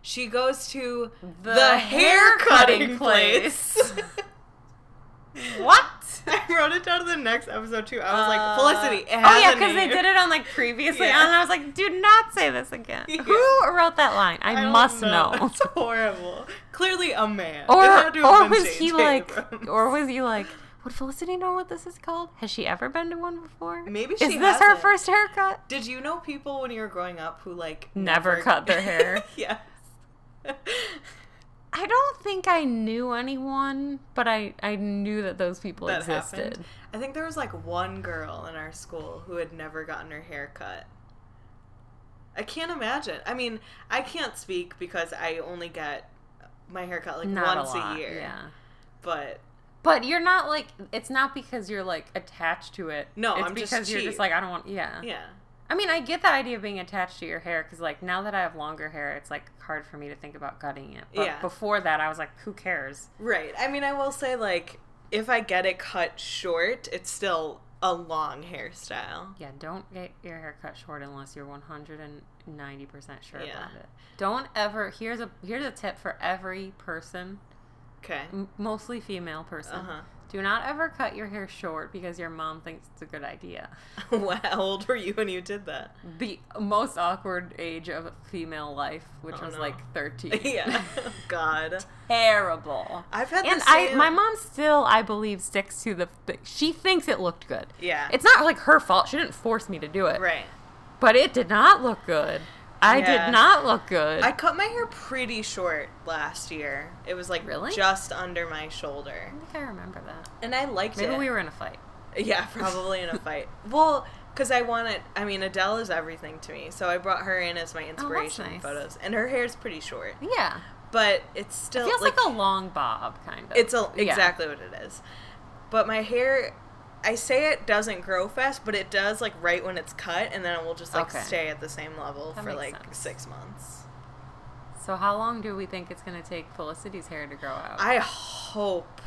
S3: She goes to the,
S2: The
S3: hair
S2: hair-cutting
S3: cutting place.
S2: what?
S3: I wrote it down to the next episode too. I was
S2: Uh,
S3: like, Felicity. It
S2: oh
S3: has
S2: yeah,
S3: a
S2: because they
S3: name.
S2: did it on like previously,
S3: Yeah.
S2: and I was like, "Do not say this again."
S3: Yeah.
S2: Who wrote that line? I,
S3: don't
S2: must know.
S3: It's horrible. Clearly a man. It
S2: Or
S3: had to have
S2: or
S3: been
S2: was he
S3: J.J.
S2: like?
S3: Abrams.
S2: Or was he like? Would Felicity know what this is called? Has she ever been to one before?
S3: Maybe
S2: is
S3: she
S2: this her
S3: hasn't.
S2: first haircut?
S3: Did you know people when you were growing up who like
S2: Never cut their hair.
S3: yes.
S2: I don't think I knew anyone, but I I knew that those people
S3: that
S2: existed.
S3: happened. I think there was like one girl in our school who had never gotten her hair cut. I can't imagine. I mean, I can't speak because I only get my hair cut like
S2: Not
S3: once
S2: a,
S3: a,
S2: lot,
S3: year.
S2: yeah.
S3: But
S2: But you're not like it's not because you're like attached to it.
S3: No,
S2: it's
S3: I'm
S2: because
S3: just
S2: you're
S3: cheap.
S2: just like I don't want. Yeah.
S3: yeah.
S2: I mean, I get the idea of being attached to your hair because like now that I have longer hair, it's like hard for me to think about cutting it. But
S3: Yeah.
S2: before that, I was like, who cares?
S3: Right. I mean, I will say like if I get it cut short, it's still a long hairstyle.
S2: Yeah, don't get your hair cut short unless you're 190 percent sure
S3: Yeah.
S2: about it. Don't ever. Here's a here's a tip for every person,
S3: Okay.
S2: m- mostly female person.
S3: Uh-huh.
S2: Do not ever cut your hair short because your mom thinks it's a good idea.
S3: How old were you when you did that?
S2: The most awkward age of female life, which
S3: Oh,
S2: was
S3: no.
S2: like 13.
S3: yeah. God.
S2: Terrible.
S3: I've had
S2: And
S3: the
S2: I,
S3: same-
S2: my mom still, I believe, sticks to the. She thinks it looked good.
S3: Yeah.
S2: It's not like her fault. She didn't force me to do it.
S3: right.
S2: But it did not look good. I
S3: Yeah.
S2: did not look good.
S3: I cut my hair pretty short last year. It was like
S2: Really?
S3: just under my shoulder,
S2: I think I remember that.
S3: and I liked
S2: Maybe
S3: it.
S2: we were in a fight.
S3: yeah, probably in a fight. Well, because I wanted. I mean, Adele is everything to me, so I brought her in as my inspiration
S2: Oh, nice.
S3: photos, and her hair's pretty short,
S2: Yeah.
S3: but it's still
S2: It feels like, a long bob, kind of.
S3: It's a,
S2: Yeah.
S3: exactly what it is. But my hair, I say it doesn't grow fast, but it does like right when it's cut, and then it will just like
S2: Okay.
S3: stay at the same level
S2: That
S3: for
S2: makes
S3: like
S2: sense.
S3: six months.
S2: So, how long do we think it's going to take Felicity's hair to grow out?
S3: I hope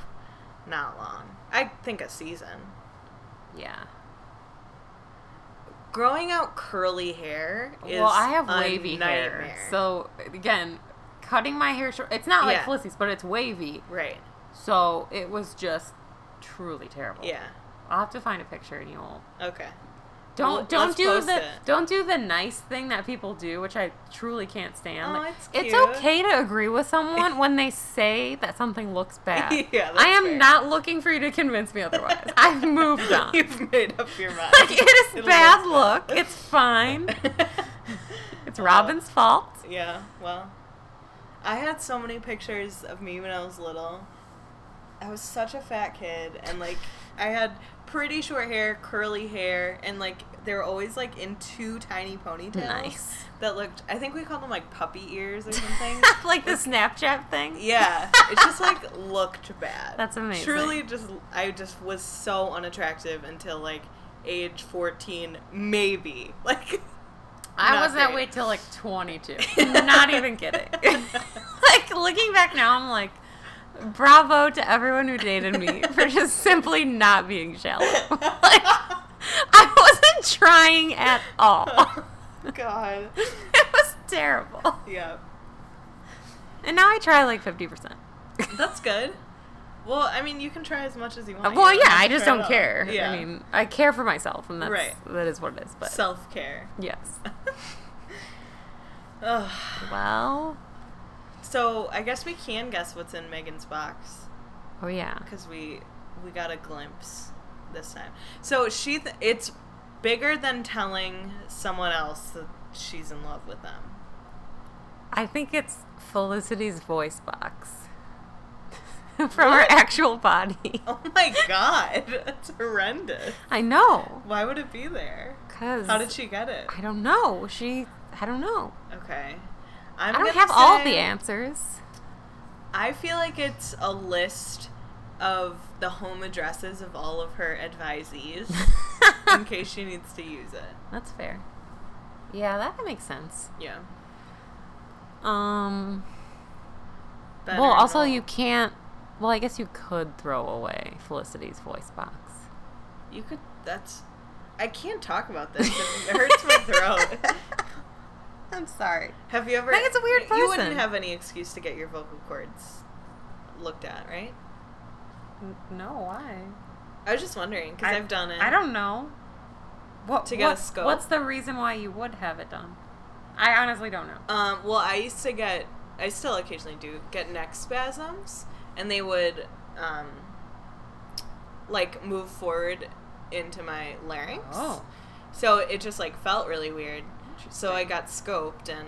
S3: not long. I think a season.
S2: yeah.
S3: Growing out curly hair is
S2: Well, I have
S3: a
S2: wavy hair.
S3: nightmare.
S2: So, again, cutting my hair short, it's not like
S3: Yeah.
S2: Felicity's, but it's wavy.
S3: right,
S2: So it was just truly terrible.
S3: yeah,
S2: I'll have to find a picture and you'll
S3: okay.
S2: don't
S3: Well,
S2: don't
S3: let's
S2: do
S3: post
S2: the
S3: it.
S2: don't do the nice thing that people do, which I truly can't stand.
S3: Oh,
S2: Like,
S3: it's cute.
S2: okay to agree with someone when they say that something looks bad.
S3: Yeah, that's
S2: I am
S3: fair.
S2: not looking for you to convince me otherwise. I've moved on.
S3: You've made up your mind.
S2: like it is
S3: It
S2: bad
S3: looks
S2: look. It's fine. It's
S3: Uh,
S2: Robin's fault.
S3: Yeah, well, I had so many pictures of me when I was little. I was such a fat kid, and like I had pretty short hair, curly hair, and like they were always like in two tiny ponytails
S2: Nice.
S3: that looked. I think we called them like puppy ears or something.
S2: like the Snapchat thing.
S3: yeah, it just like looked bad.
S2: That's amazing.
S3: Truly, just I just was so unattractive until like age fourteen, maybe like.
S2: I
S3: Not
S2: was that
S3: great.
S2: way till like 22. Not even kidding. like looking back now, I'm like, bravo to everyone who dated me for just simply not being shallow. like, I wasn't trying at all.
S3: God.
S2: it was terrible.
S3: Yeah.
S2: And now I try like 50%.
S3: That's good. Well, I mean, you can try as much as you want.
S2: well,
S3: You
S2: yeah,
S3: have
S2: I
S3: to
S2: just
S3: try it
S2: don't
S3: all.
S2: care.
S3: Yeah.
S2: I mean, I care for myself, and that's
S3: Right.
S2: that is what it is. But
S3: self care.
S2: yes,
S3: Ugh.
S2: well,
S3: So I guess we can guess what's in Megan's box
S2: oh yeah,
S3: because we we got a glimpse this time. So she th- it's bigger than telling someone else that she's in love with them.
S2: I think it's Felicity's voice box from her actual body.
S3: Oh my god, that's horrendous.
S2: I know,
S3: Why would it be there?
S2: cause
S3: How did she get it?
S2: I don't know. She, I don't know.
S3: Okay. I'm
S2: I'm I do not
S3: gonna
S2: have all the
S3: say-
S2: answers.
S3: I feel like it's a list of the home addresses of all of her advisees in case she needs to use it.
S2: That's fair. Yeah, that makes sense.
S3: Yeah.
S2: Um.
S3: Better
S2: well, also
S3: not.
S2: you can't. Well, I guess you could throw away Felicity's voice box.
S3: you could that's I can't talk about this. It hurts my throat.
S2: I'm sorry.
S3: Have you ever?
S2: Megan's a weird
S3: You
S2: person.
S3: wouldn't have any excuse to get your vocal cords looked at, right?
S2: No, why?
S3: I was just wondering because
S2: I-
S3: I've done it.
S2: I don't know. What,
S3: To get a
S2: what-
S3: scope?
S2: What's the reason why you would have it done? I honestly don't know.
S3: Um, well, I used to get, I still occasionally do get neck spasms, and they would, um, like move forward into my larynx.
S2: Oh,
S3: So it just like felt really weird.
S2: interesting.
S3: So I got scoped, and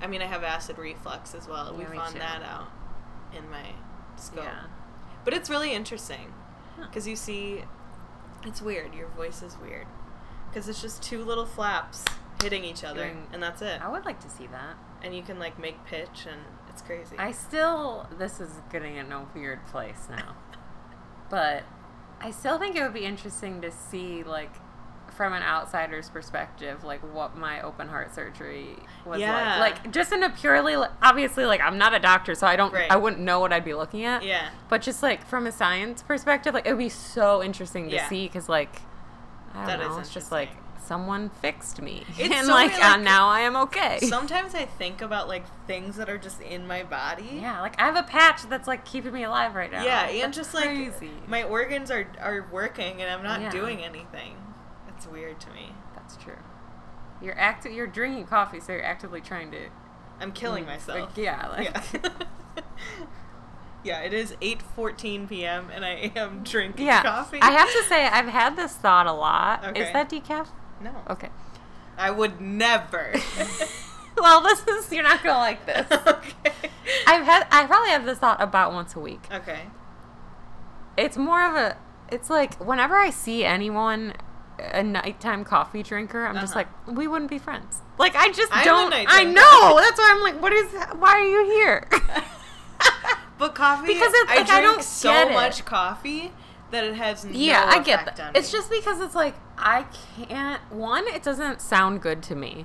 S3: I mean, I have acid reflux as well.
S2: Yeah,
S3: we
S2: me
S3: found
S2: too.
S3: that out in my scope.
S2: yeah.
S3: But it's really interesting
S2: Huh.
S3: because you see, it's weird. Your voice is weird because it's just two little flaps hitting each other,
S2: Doing-
S3: and that's it
S2: I would like to see that.
S3: and you can like make pitch and it's crazy.
S2: I still this is getting in a weird place now. but I still think it would be interesting to see like from an outsider's perspective like what my open heart surgery was
S3: Yeah.
S2: like like just in a purely like, obviously like I'm not a doctor so I don't
S3: Right.
S2: I wouldn't know what I'd be looking at
S3: yeah,
S2: but just like from a science perspective like it would be so interesting to
S3: Yeah.
S2: see cuz like I
S3: That
S2: don't
S3: is
S2: know it's just like
S3: interesting.
S2: someone fixed me
S3: It's
S2: and
S3: so
S2: like,
S3: weird,
S2: uh,
S3: like-
S2: now I am okay
S3: sometimes I think about like things that are just in my body.
S2: Yeah, like I have a patch that's like keeping me alive right now.
S3: yeah, and
S2: That's
S3: just like
S2: crazy.
S3: my organs are are working and I'm not
S2: Yeah.
S3: doing anything. That's weird to me.
S2: that's true. You're active. You're drinking coffee, so you're actively trying to
S3: I'm killing
S2: Mm,
S3: myself.
S2: Like, yeah, like
S3: yeah. Yeah, it is 8:14 p.m. and I am drinking
S2: yeah.
S3: coffee.
S2: I have to say, I've had this thought a lot. Is
S3: Okay.
S2: that decaf?
S3: no.
S2: Okay.
S3: I would never.
S2: well, this is you're not gonna like this.
S3: okay.
S2: I've had I probably have this thought about once a week.
S3: okay.
S2: It's more of a. It's like whenever I see anyone. A nighttime coffee drinker. I'm just
S3: Uh-huh.
S2: like we wouldn't be friends. Like I just
S3: I'm a
S2: don't. I
S3: nighttime
S2: know. That's why I'm like, what is? Why are you here?
S3: But coffee,
S2: Because it's
S3: I
S2: like,
S3: drink
S2: I don't
S3: so
S2: get it.
S3: much coffee that it has no
S2: Yeah, I get
S3: effect
S2: that.
S3: on
S2: It's
S3: me.
S2: just because it's like I can't. One, it doesn't sound good to me.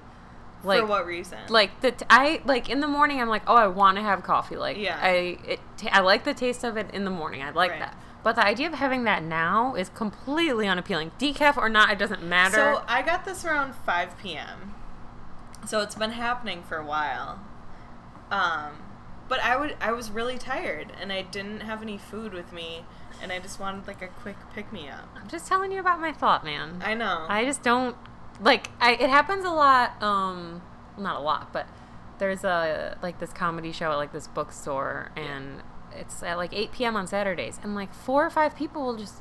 S2: Like
S3: for what reason?
S2: like the t- I like in the morning. I'm like, oh, I want to have coffee. Like
S3: Yeah.
S2: I it t- I like the taste of it in the morning. I like
S3: Right.
S2: that. But the idea of having that now is completely unappealing. Decaf or not, it doesn't matter.
S3: so I got this around 5 p.m. So it's been happening for a while. Um, but I would I was really tired and I didn't have any food with me and I just wanted like a quick pick me up.
S2: I'm just telling you about my thought, man.
S3: I know.
S2: I just don't like I it happens a lot um not a lot but there's a like this comedy show at like this bookstore and it's at like 8 p.m. on Saturdays and like four or five people will just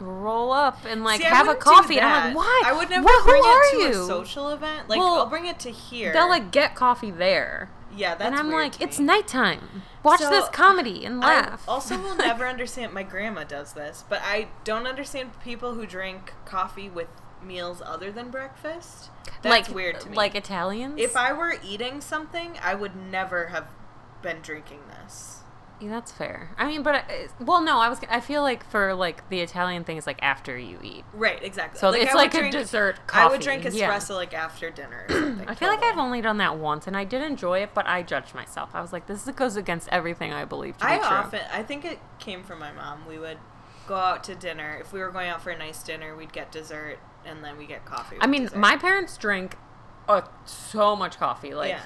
S2: roll up and like
S3: See, I
S2: have a
S3: wouldn't do
S2: coffee and I'm like
S3: that.
S2: why
S3: I would never
S2: What-
S3: bring
S2: who are
S3: it to
S2: you?
S3: a social event. Like
S2: Well,
S3: I'll bring it to here.
S2: they'll like get coffee there
S3: yeah, that's
S2: and I'm
S3: weird
S2: like
S3: to
S2: it's
S3: me.
S2: nighttime watch
S3: So,
S2: this comedy and
S3: I
S2: laugh
S3: also will
S2: Like,
S3: never understand. My grandma does this, but I don't understand people who drink coffee with meals other than breakfast. That's
S2: like,
S3: weird to me.
S2: like Italians
S3: if I were eating something, I would never have been drinking this.
S2: Yeah, that's fair. I mean, but I, well, no, I was. I feel like for like the Italian thing is like after you eat,
S3: Right, exactly.
S2: so it's
S3: I would
S2: like a
S3: drink-
S2: dessert. Coffee.
S3: I would drink
S2: Yeah.
S3: espresso like after dinner. Or something,
S2: I feel like
S3: totally.
S2: I've only done that once, and I did enjoy it, but I judged myself. I was like, this is- goes against everything I believe to be
S3: I
S2: true.
S3: often, I think it came from my mom. We would go out to dinner. If we were going out for a nice dinner, we'd get dessert and then we get coffee.
S2: I
S3: with
S2: mean,
S3: dessert.
S2: my parents drink uh, so much coffee. Like,
S3: Yeah.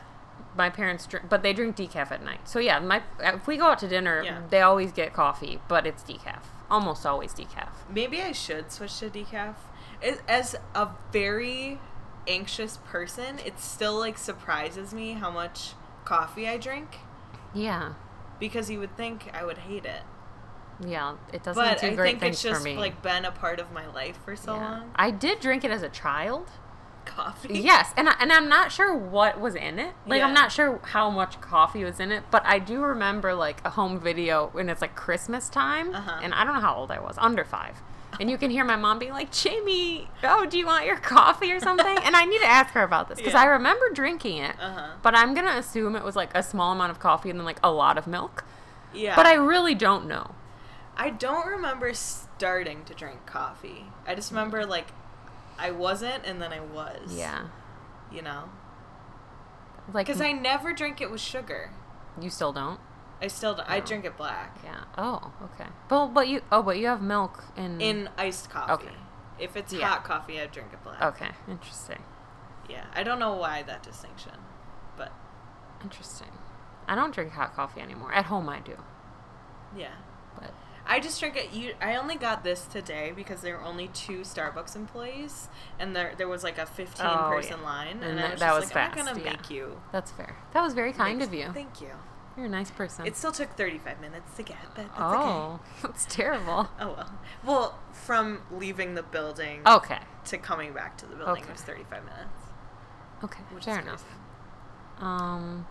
S2: my parents drink, but they drink decaf at night. So, yeah, my uh, if we go out to dinner,
S3: Yeah.
S2: they always get coffee, but it's decaf. Almost always decaf.
S3: Maybe I should switch to decaf. As- As a very anxious person, it still like surprises me how much coffee I drink
S2: Yeah.
S3: because you would think I would hate it.
S2: Yeah. It doesn't
S3: But
S2: do
S3: I
S2: great
S3: think
S2: things
S3: it's
S2: for
S3: just
S2: me.
S3: like been a part of my life for so
S2: Yeah.
S3: long.
S2: I did drink it as a child.
S3: Coffee.
S2: yes, and I, and I'm not sure what was in it. Like I'm
S3: Yeah.
S2: not sure how much coffee was in it, but I do remember like a home video when it's like Christmas time,
S3: Uh-huh.
S2: and I don't know how old I was, under five. And you can hear my mom being like, Jamie, oh, do you want your coffee or something? And I need to ask her about this because
S3: Yeah.
S2: I remember drinking it,
S3: Uh-huh.
S2: but I'm going to assume it was like a small amount of coffee and then like a lot of milk.
S3: Yeah.
S2: But I really don't know.
S3: I don't remember starting to drink coffee. I just remember like I wasn't and then I was.
S2: Mm. Yeah.
S3: You know?
S2: Like,
S3: Because I never drink it with sugar.
S2: you still don't?
S3: I still don't. I
S2: No.
S3: drink it black
S2: Yeah. Oh, okay. But, but you, oh, but you have milk in.
S3: in iced coffee.
S2: Mm. Okay.
S3: If it's
S2: Yeah.
S3: hot coffee, I drink it black.
S2: Okay. Interesting.
S3: Yeah. I don't know why that distinction, but
S2: Interesting. I don't drink hot coffee anymore. At home, I do.
S3: yeah.
S2: But
S3: I just drink it. You, I only got this today because there were only two Starbucks employees, and there there was like a fifteen person
S2: Oh, yeah.
S3: line, and,
S2: And
S3: I
S2: that-
S3: was
S2: that
S3: just
S2: was
S3: like, I'm
S2: fast,
S3: not gonna
S2: yeah.
S3: make you.
S2: That's fair. That was very kind
S3: make-
S2: of you.
S3: Thank you.
S2: You're a nice person.
S3: It still took thirty five minutes to get, but that's okay.
S2: oh, that's terrible.
S3: Oh well. Well, from leaving the building
S2: Okay.
S3: to coming back to the
S2: Oh.
S3: building
S2: Okay.
S3: was thirty five minutes,
S2: Okay.
S3: which
S2: fair
S3: is
S2: enough.
S3: crazy.
S2: Um,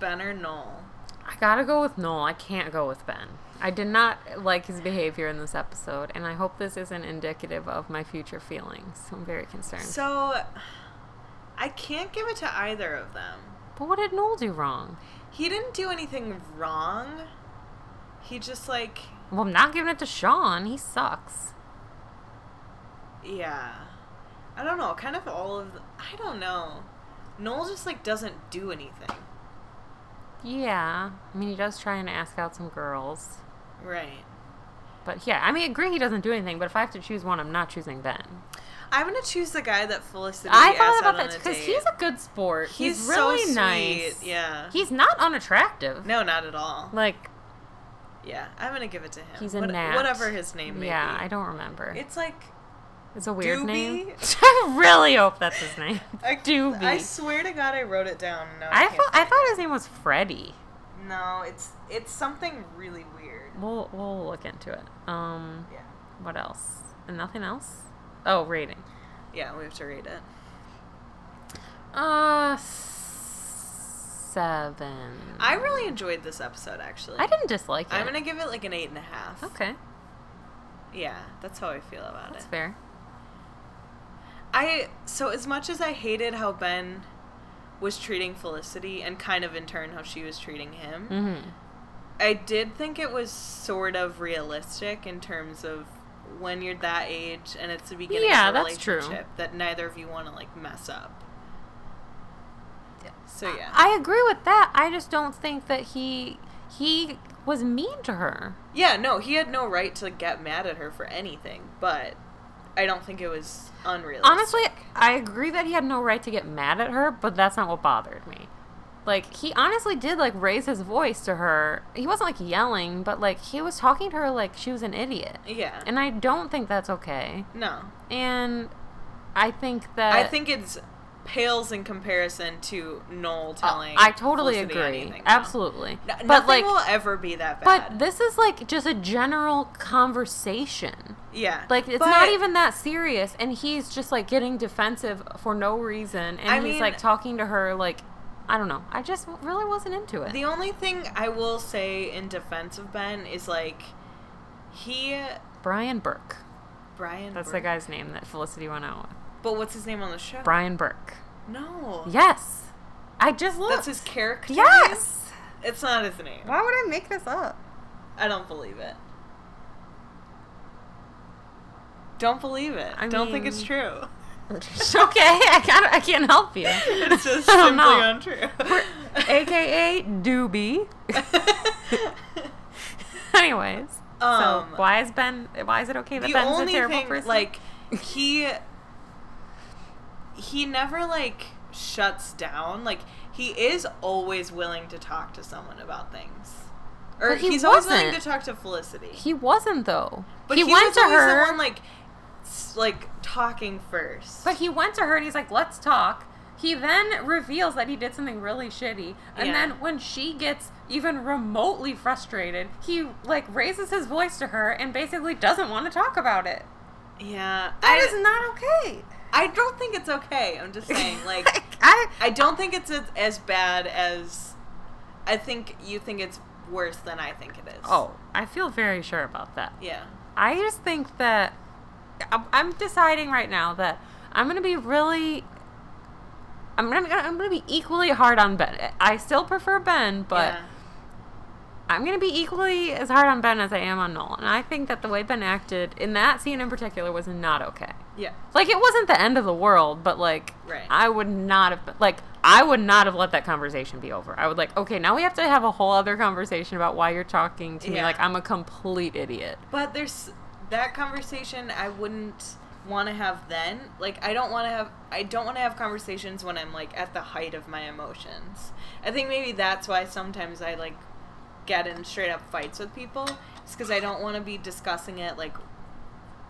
S3: Ben or Noel?
S2: I gotta go with Noel. I can't go with Ben. I did not like his behavior in this episode, and I hope this isn't indicative of my future feelings. I'm very concerned.
S3: So, I can't give it to either of them.
S2: but what did Noel do wrong?
S3: He didn't do anything wrong. He just like,
S2: Well, I'm not giving it to Sean. He sucks.
S3: yeah. I don't know. Kind of all of. The, I don't know. Noel just like doesn't do anything.
S2: Yeah. I mean, he does try and ask out some girls.
S3: Right.
S2: But yeah, I mean, agree he doesn't do anything, but if I have to choose one, I'm not choosing Ben.
S3: I'm gonna choose the guy that Felicity.
S2: I thought
S3: asked out
S2: about
S3: on
S2: that
S3: a
S2: because
S3: date.
S2: he's a good sport. He's,
S3: He's so
S2: really
S3: sweet,
S2: nice.
S3: yeah.
S2: He's not unattractive.
S3: No, not at all.
S2: Like,
S3: Yeah, I'm gonna give it to him.
S2: he's a
S3: What-
S2: gnat.
S3: Whatever his name may
S2: Yeah,
S3: be.
S2: I don't remember.
S3: It's like
S2: It's a weird
S3: Doobie?
S2: name. I really hope that's his name.
S3: I,
S2: Doobie.
S3: I swear to God, I wrote it down. No, I,
S2: I,
S3: can't
S2: thought, I
S3: find
S2: thought his name was Freddie.
S3: it. No, it's it's something really weird.
S2: We'll, we'll look into it. Um,
S3: Yeah,
S2: what else? And nothing else? Oh, rating.
S3: yeah, we have to read it.
S2: Uh, seven.
S3: I really enjoyed this episode, actually.
S2: I didn't dislike it.
S3: I'm gonna give it like an eight and a half.
S2: Okay,
S3: Yeah, that's how I feel about
S2: that's
S3: it.
S2: fair.
S3: I so as much as I hated how Ben was treating Felicity and kind of in turn how she was treating him,
S2: Mm-hmm.
S3: I did think it was sort of realistic in terms of when you're that age and it's the beginning
S2: Yeah,
S3: of a
S2: that's true.
S3: relationship that neither of you want to like mess up. So yeah.
S2: I agree with that. I just don't think that he he was mean to her.
S3: yeah, no, he had no right to get mad at her for anything, but I don't think it was unrealistic.
S2: Honestly, I agree that he had no right to get mad at her, but that's not what bothered me. Like he honestly did like raise his voice to her. He wasn't like yelling, but like he was talking to her like she was an idiot.
S3: yeah.
S2: And I don't think that's okay.
S3: no.
S2: And I think that
S3: I think it's pales in comparison to Noel telling
S2: Oh, I totally
S3: Felicity
S2: agree.
S3: anything, though.
S2: Absolutely.
S3: No,
S2: but
S3: nothing
S2: like
S3: will ever be that bad.
S2: but this is like just a general conversation.
S3: yeah.
S2: Like it's
S3: But-
S2: not even that serious, and he's just like getting defensive for no reason, and
S3: I
S2: he's
S3: mean-
S2: like talking to her like, I don't know. I just really wasn't into it.
S3: The only thing I will say in defense of Ben is like he
S2: Brian Burke,
S3: Brian.
S2: that's the
S3: Burke-
S2: guy's name that Felicity went out with.
S3: But what's his name on the show?
S2: Brian Burke.
S3: No.
S2: Yes, I just looked.
S3: That's his character.
S2: yes.
S3: name? It's not his name.
S2: Why would I make this up?
S3: I don't believe it. Don't believe it.
S2: I
S3: don't think it's
S2: mean-
S3: true.
S2: okay, I can't. I can't help you.
S3: It's just
S2: I don't
S3: simply
S2: know.
S3: untrue.
S2: AKA Doobie. Anyways, so
S3: Um,
S2: why is Ben? Why is it okay that
S3: the
S2: Ben's a
S3: only
S2: terrible
S3: thing,
S2: person?
S3: like, he he never like shuts down. Like, he is always willing to talk to someone about things, or
S2: But he
S3: he's always willing to
S2: wasn't.
S3: talk to Felicity.
S2: He wasn't though.
S3: but
S2: he, went
S3: was
S2: to
S3: always
S2: her.
S3: the one like s- like talking first.
S2: but he went to her and he's like, "Let's talk." He then reveals that he did something really shitty, and
S3: Yeah.
S2: then when she gets even remotely frustrated, he like raises his voice to her and basically doesn't want to talk about it.
S3: yeah,
S2: That
S3: I
S2: is not okay.
S3: I don't think it's okay. I'm just saying, like,
S2: I,
S3: I don't think it's as- as bad as I think you think it's worse than I think it is.
S2: oh, I feel very sure about that.
S3: yeah.
S2: I just think that I'm- I'm deciding right now that I'm gonna be really. I'm gonna, I'm gonna be equally hard on Ben. I still prefer Ben, but
S3: yeah.
S2: I'm gonna be equally as hard on Ben as I am on Noel. And I think that the way Ben acted in that scene in particular was not okay.
S3: yeah.
S2: Like it wasn't the end of the world, but like
S3: Right.
S2: I would not have like I would not have let that conversation be over. I would like okay, now we have to have a whole other conversation about why you're talking to me
S3: Yeah.
S2: like I'm a complete idiot.
S3: But there's that conversation I wouldn't want to have then. Like I don't want to have I don't want to have conversations when I'm like at the height of my emotions. I think maybe that's why sometimes I like get in straight up fights with people It's because I don't want to be discussing it like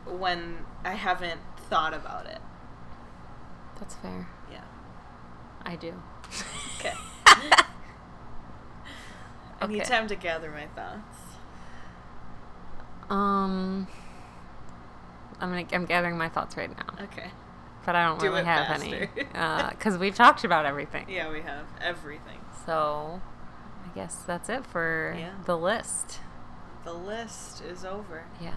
S3: when I haven't thought about it.
S2: That's fair.
S3: Yeah.
S2: I do.
S3: Okay. I need
S2: Okay.
S3: time to gather my thoughts.
S2: Um, I'm gonna, I'm gathering my thoughts right now,
S3: Okay.
S2: but I don't
S3: Do
S2: really
S3: it
S2: have
S3: faster.
S2: any because we've talked about everything.
S3: Yeah, we have everything.
S2: So, I guess that's it for
S3: Yeah.
S2: the list.
S3: The list is over.
S2: Yeah.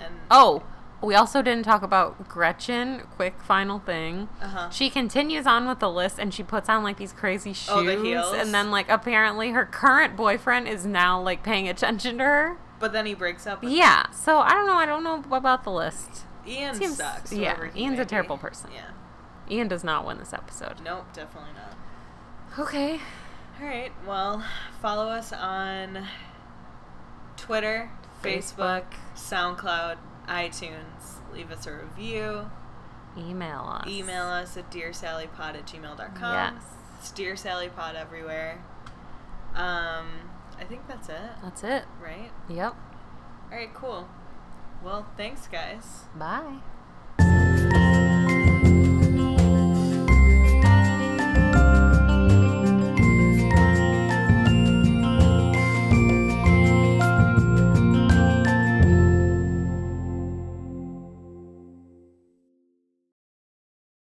S3: And
S2: Oh, we also didn't talk about Gretchen. Quick final thing.
S3: uh-huh.
S2: She continues on with the list and she puts on like these crazy shoes.
S3: Oh, the heels?
S2: And then, like, apparently her current boyfriend is now like paying attention to her.
S3: But then he breaks up. With
S2: Yeah. So, I don't know. I don't know about the list.
S3: Ian
S2: Seems-
S3: sucks.
S2: yeah,
S3: whoever he
S2: Ian's
S3: may
S2: a terrible
S3: be.
S2: person.
S3: Yeah.
S2: Ian does not win this episode.
S3: Nope, definitely not.
S2: Okay.
S3: All right. Well, follow us on Twitter, Facebook, SoundCloud, iTunes. Leave us a review.
S2: Email us.
S3: Email us at dearsallypod at gmail.com.
S2: Yes.
S3: It's Dear Sally Pod everywhere. Um, I think that's it,
S2: That's it.
S3: right?
S2: Yep.
S3: All right, cool. Well, thanks, guys.
S2: Bye.